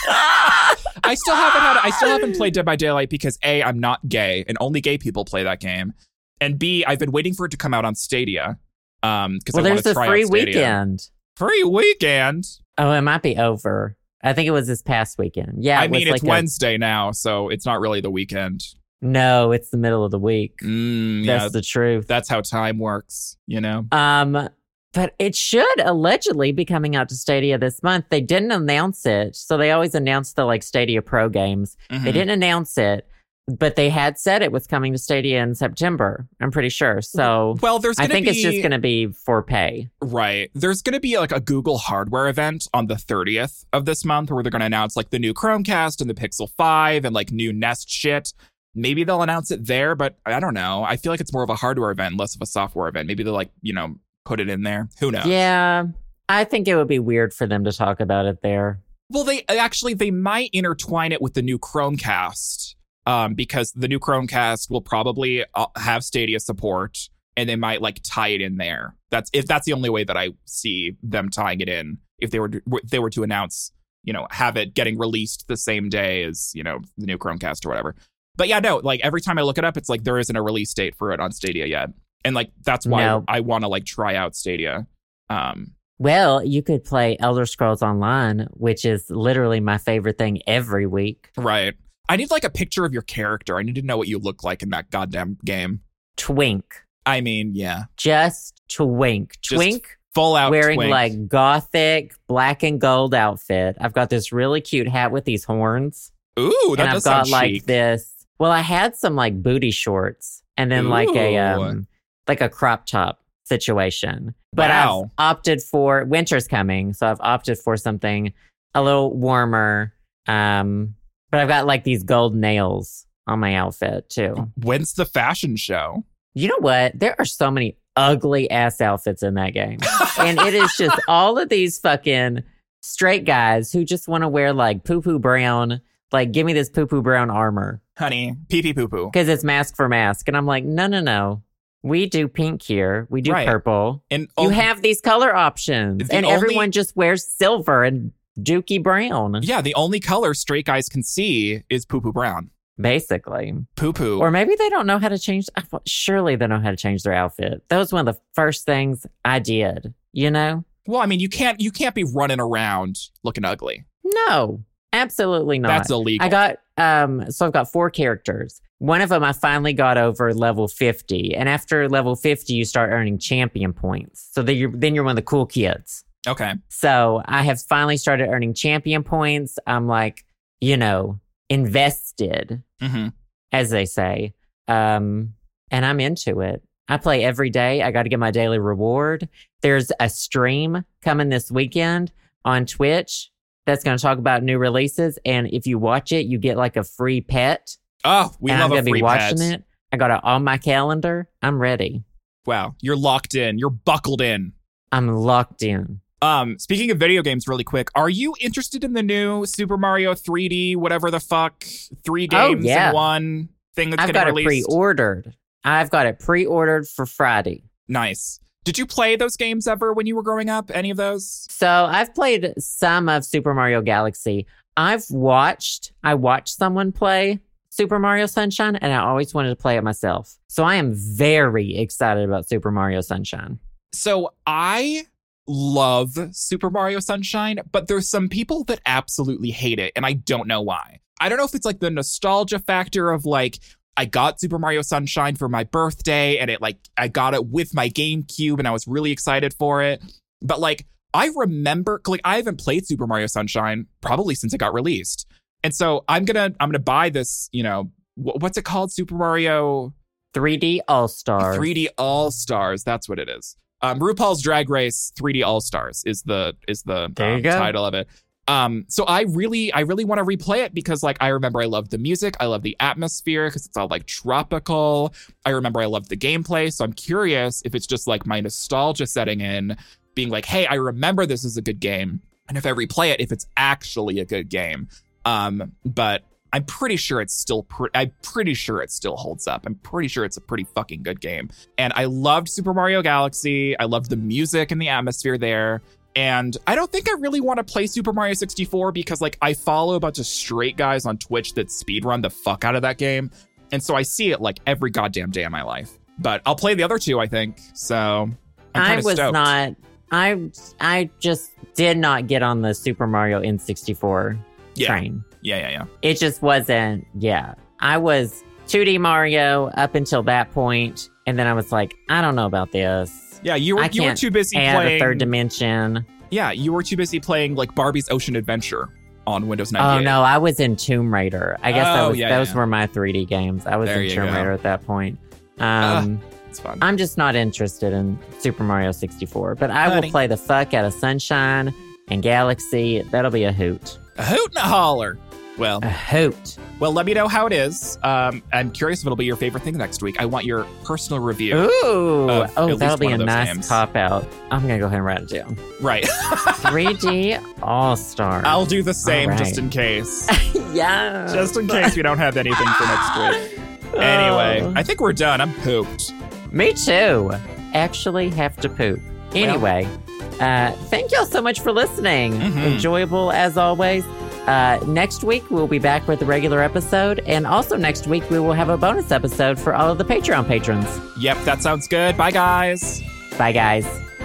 Speaker 2: I still haven't had I still haven't played Dead by Daylight because A, I'm not gay and only gay people play that game. And B, I've been waiting for it to come out on Stadia. Um because
Speaker 1: well,
Speaker 2: I want
Speaker 1: there's
Speaker 2: to
Speaker 1: a
Speaker 2: try out
Speaker 1: free
Speaker 2: Stadia.
Speaker 1: weekend.
Speaker 2: Free weekend.
Speaker 1: Oh, it might be over. I think it was this past weekend. Yeah,
Speaker 2: I
Speaker 1: it was
Speaker 2: mean
Speaker 1: like
Speaker 2: it's
Speaker 1: a-
Speaker 2: Wednesday now, so it's not really the weekend.
Speaker 1: no, it's the middle of the week.
Speaker 2: Mm,
Speaker 1: That's
Speaker 2: yeah,
Speaker 1: the truth.
Speaker 2: that's how time works, you know?
Speaker 1: Um, but it should allegedly be coming out to Stadia this month. They didn't announce it, so they always announce the like Stadia Pro games. They
Speaker 2: Mhm.
Speaker 1: didn't announce it, but they had said it was coming to Stadia in September. I'm pretty sure. So
Speaker 2: Well, there's
Speaker 1: I
Speaker 2: gonna
Speaker 1: think
Speaker 2: be
Speaker 1: it's just going to be for pay.
Speaker 2: Right. There's going to be like a Google hardware event on the 30th of this month where they're going to announce like the new Chromecast and the Pixel 5 and like new Nest shit. Maybe they'll announce it there, but I don't know. I feel like it's more of a hardware event, less of a software event. Maybe they'll like, you know, put it in there. Who knows?
Speaker 1: Yeah, I think it would be weird for them to talk about it there.
Speaker 2: Well, they uh, actually they might intertwine it with the new Chromecast um, because the new Chromecast will probably uh, have Stadia support, and they might like tie it in there. That's if that's the only way that I see them tying it in. If they were to, if they were to announce, you know, have it getting released the same day as you know the new Chromecast or whatever. But yeah, no, like every time I look it up, it's like there isn't a release date for it on Stadia yet, and like that's why
Speaker 1: No.
Speaker 2: I want to like try out Stadia. Um,
Speaker 1: Well, you could play Elder Scrolls Online, which is literally my favorite thing every week.
Speaker 2: Right. I need like a picture of your character. I need to know what you look like in that goddamn game.
Speaker 1: Twink.
Speaker 2: I mean, yeah,
Speaker 1: Just twink. Twink
Speaker 2: full out
Speaker 1: wearing
Speaker 2: twink.
Speaker 1: like gothic black and gold outfit. I've got this really cute hat with these horns.
Speaker 2: ooh, that
Speaker 1: and I've
Speaker 2: does
Speaker 1: got
Speaker 2: sound
Speaker 1: like
Speaker 2: chic.
Speaker 1: this well, I had some like booty shorts and then like a
Speaker 2: Ooh.
Speaker 1: um like a crop top situation. But
Speaker 2: Wow.
Speaker 1: I've opted for winter's coming, so I've opted for something a little warmer. Um but I've got like these gold nails on my outfit too.
Speaker 2: When's the fashion show?
Speaker 1: You know what? There are so many ugly ass outfits in that game. and it is just all of these fucking straight guys who just want to wear like poo poo brown, like give me this poo poo brown armor
Speaker 2: Honey, pee pee poo poo.
Speaker 1: because it's mask for mask. And I'm like, no, no, no. We do pink here. We do
Speaker 2: Right.
Speaker 1: purple.
Speaker 2: And
Speaker 1: You
Speaker 2: oh,
Speaker 1: have these color options,
Speaker 2: The
Speaker 1: and
Speaker 2: only-
Speaker 1: everyone just wears silver and dookie brown,
Speaker 2: yeah, the only color straight guys can see is poo poo brown.
Speaker 1: basically.
Speaker 2: Poo poo.
Speaker 1: Or maybe they don't know how to change. I thought- Surely they know how to change their outfit. That was one of the first things I did. You know?
Speaker 2: well, I mean, you can't you can't be running around looking ugly.
Speaker 1: No, absolutely not.
Speaker 2: That's illegal.
Speaker 1: I got um so I've got four characters. One of them I finally got over level 50. And after level 50 you start earning champion points. So then you're then you're one of the cool kids.
Speaker 2: okay.
Speaker 1: So I have finally started earning champion points. I'm like, you know, invested
Speaker 2: hmm
Speaker 1: as they say. Um, and I'm into it. I play every day. I got to get my daily reward. There's a stream coming this weekend on Twitch that's going to talk about new releases. And if you watch it, you get like a free pet.
Speaker 2: Oh, we
Speaker 1: and
Speaker 2: love
Speaker 1: I'm
Speaker 2: a
Speaker 1: gonna
Speaker 2: free
Speaker 1: be watching
Speaker 2: pet.
Speaker 1: it. I got it on my calendar. I'm ready.
Speaker 2: Wow, you're locked in. You're buckled in.
Speaker 1: I'm locked in.
Speaker 2: Um, speaking of video games, really quick, are you interested in the new Super Mario 3D, whatever the fuck, three
Speaker 1: Oh,
Speaker 2: games
Speaker 1: yeah.
Speaker 2: in one thing that's
Speaker 1: I've
Speaker 2: getting
Speaker 1: got it pre
Speaker 2: released?
Speaker 1: ordered. I've got it pre ordered for Friday.
Speaker 2: nice. Did you play those games ever when you were growing up? Any of those?
Speaker 1: So I've played some of Super Mario Galaxy. I've watched I watched someone play Super Mario Sunshine and I always wanted to play it myself. So I am very excited about Super Mario Sunshine.
Speaker 2: So I love Super Mario Sunshine, but there's some people that absolutely hate it, and I don't know why. I don't know if it's like the nostalgia factor of like I got Super Mario Sunshine for my birthday and it like I got it with my GameCube and I was really excited for it. But like I remember like I haven't played Super Mario Sunshine probably since it got released. And so I'm going to I'm going to buy this, you know, wh- what's it called? Super Mario
Speaker 1: 3D All Stars.
Speaker 2: 3D All Stars. That's what it is. Um, RuPaul's Drag Race 3D All Stars is the is the
Speaker 1: There you
Speaker 2: um,
Speaker 1: go.
Speaker 2: title of it. Um, so I really, I really want to replay it because like I remember I loved the music, I love the atmosphere because it's all like tropical. I remember I loved the gameplay, so I'm curious if it's just like my nostalgia setting in, being like, hey, I remember this is a good game, and if I replay it, if it's actually a good game. Um, but I'm pretty sure it's still pre- I'm pretty sure it still holds up. I'm pretty sure it's a pretty fucking good game. And I loved Super Mario Galaxy. I loved the music and the atmosphere there. And I don't think I really want to play Super Mario 64 because like I follow a bunch of straight guys on Twitch that speedrun the fuck out of that game. And so I see it like every goddamn day of my life. But I'll play the other two, I think. So I'm
Speaker 1: I
Speaker 2: kinda
Speaker 1: was
Speaker 2: stoked.
Speaker 1: not. I I just did not get on the Super Mario N64
Speaker 2: yeah.
Speaker 1: train.
Speaker 2: Yeah, yeah, yeah.
Speaker 1: It just wasn't. Yeah, I was 2D Mario up until that point, and then I was like, I don't know about this.
Speaker 2: Yeah, you were
Speaker 1: I
Speaker 2: you were
Speaker 1: can't
Speaker 2: too busy
Speaker 1: Add
Speaker 2: playing
Speaker 1: a third dimension.
Speaker 2: Yeah, you were too busy playing like Barbie's Ocean Adventure on Windows 98.
Speaker 1: Oh no, I was in Tomb Raider. I guess
Speaker 2: Oh,
Speaker 1: that was,
Speaker 2: yeah,
Speaker 1: those
Speaker 2: yeah.
Speaker 1: were my 3D games. I was
Speaker 2: There
Speaker 1: in
Speaker 2: you
Speaker 1: Tomb
Speaker 2: go. Ah.
Speaker 1: Raider at that point. Um,
Speaker 2: It's fun.
Speaker 1: I'm just not interested in Super Mario 64, but I
Speaker 2: Honey.
Speaker 1: will play the fuck out of Sunshine and Galaxy. That'll be a hoot.
Speaker 2: A hoot and a holler. Well,
Speaker 1: A hoot.
Speaker 2: well, let me know how it is. Um, I'm curious if it'll be your favorite thing next week. I want your personal review.
Speaker 1: Ooh.
Speaker 2: Of at
Speaker 1: oh,
Speaker 2: least
Speaker 1: that'll be
Speaker 2: one
Speaker 1: a
Speaker 2: of those
Speaker 1: nice
Speaker 2: games.
Speaker 1: cop out. I'm going to go ahead and write it down.
Speaker 2: Right.
Speaker 1: 3D All Star.
Speaker 2: I'll do the same
Speaker 1: All
Speaker 2: just
Speaker 1: right.
Speaker 2: in case.
Speaker 1: yeah.
Speaker 2: just in case we don't have anything for next week.
Speaker 1: Oh.
Speaker 2: Anyway, I think we're done. I'm pooped.
Speaker 1: Me too. Actually, have to poop. Anyway, uh, thank y'all so much for listening.
Speaker 2: Mhm.
Speaker 1: Enjoyable as always. Uh, next week, we'll be back with a regular episode. And also, next week, we will have a bonus episode for all of the Patreon patrons.
Speaker 2: Yep, that sounds good. Bye, guys.
Speaker 1: Bye, guys.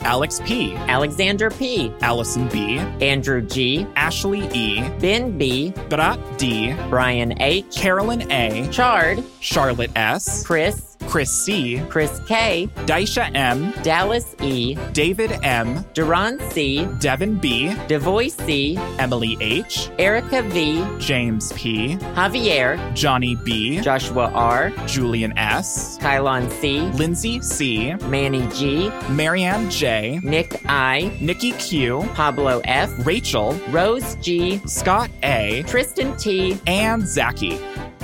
Speaker 2: Alex P.,
Speaker 1: Alexander P.,
Speaker 2: Allison B.,
Speaker 1: Andrew G.,
Speaker 2: Ashley E.,
Speaker 1: Ben B.,
Speaker 2: Brat D.,
Speaker 1: Brian H.,
Speaker 2: Carolyn A.,
Speaker 1: Chard,
Speaker 2: Charlotte S.,
Speaker 1: Chris,
Speaker 2: Chris C.,
Speaker 1: Chris K.,
Speaker 2: Daisha M.,
Speaker 1: Dallas E.,
Speaker 2: David M.,
Speaker 1: Duran C.,
Speaker 2: Devin B.,
Speaker 1: Devoy C.,
Speaker 2: Emily H.,
Speaker 1: Erica V.,
Speaker 2: James P.,
Speaker 1: Javier,
Speaker 2: Johnny B.,
Speaker 1: Joshua R.,
Speaker 2: Julian S.,
Speaker 1: Kylon C.,
Speaker 2: Lindsay C.,
Speaker 1: Manny G.,
Speaker 2: Marianne J.,
Speaker 1: Nick I.,
Speaker 2: Nikki Q.,
Speaker 1: Pablo F.,
Speaker 2: Rachel,
Speaker 1: Rose G.,
Speaker 2: Scott A.,
Speaker 1: Tristan T.,
Speaker 2: and Zachy.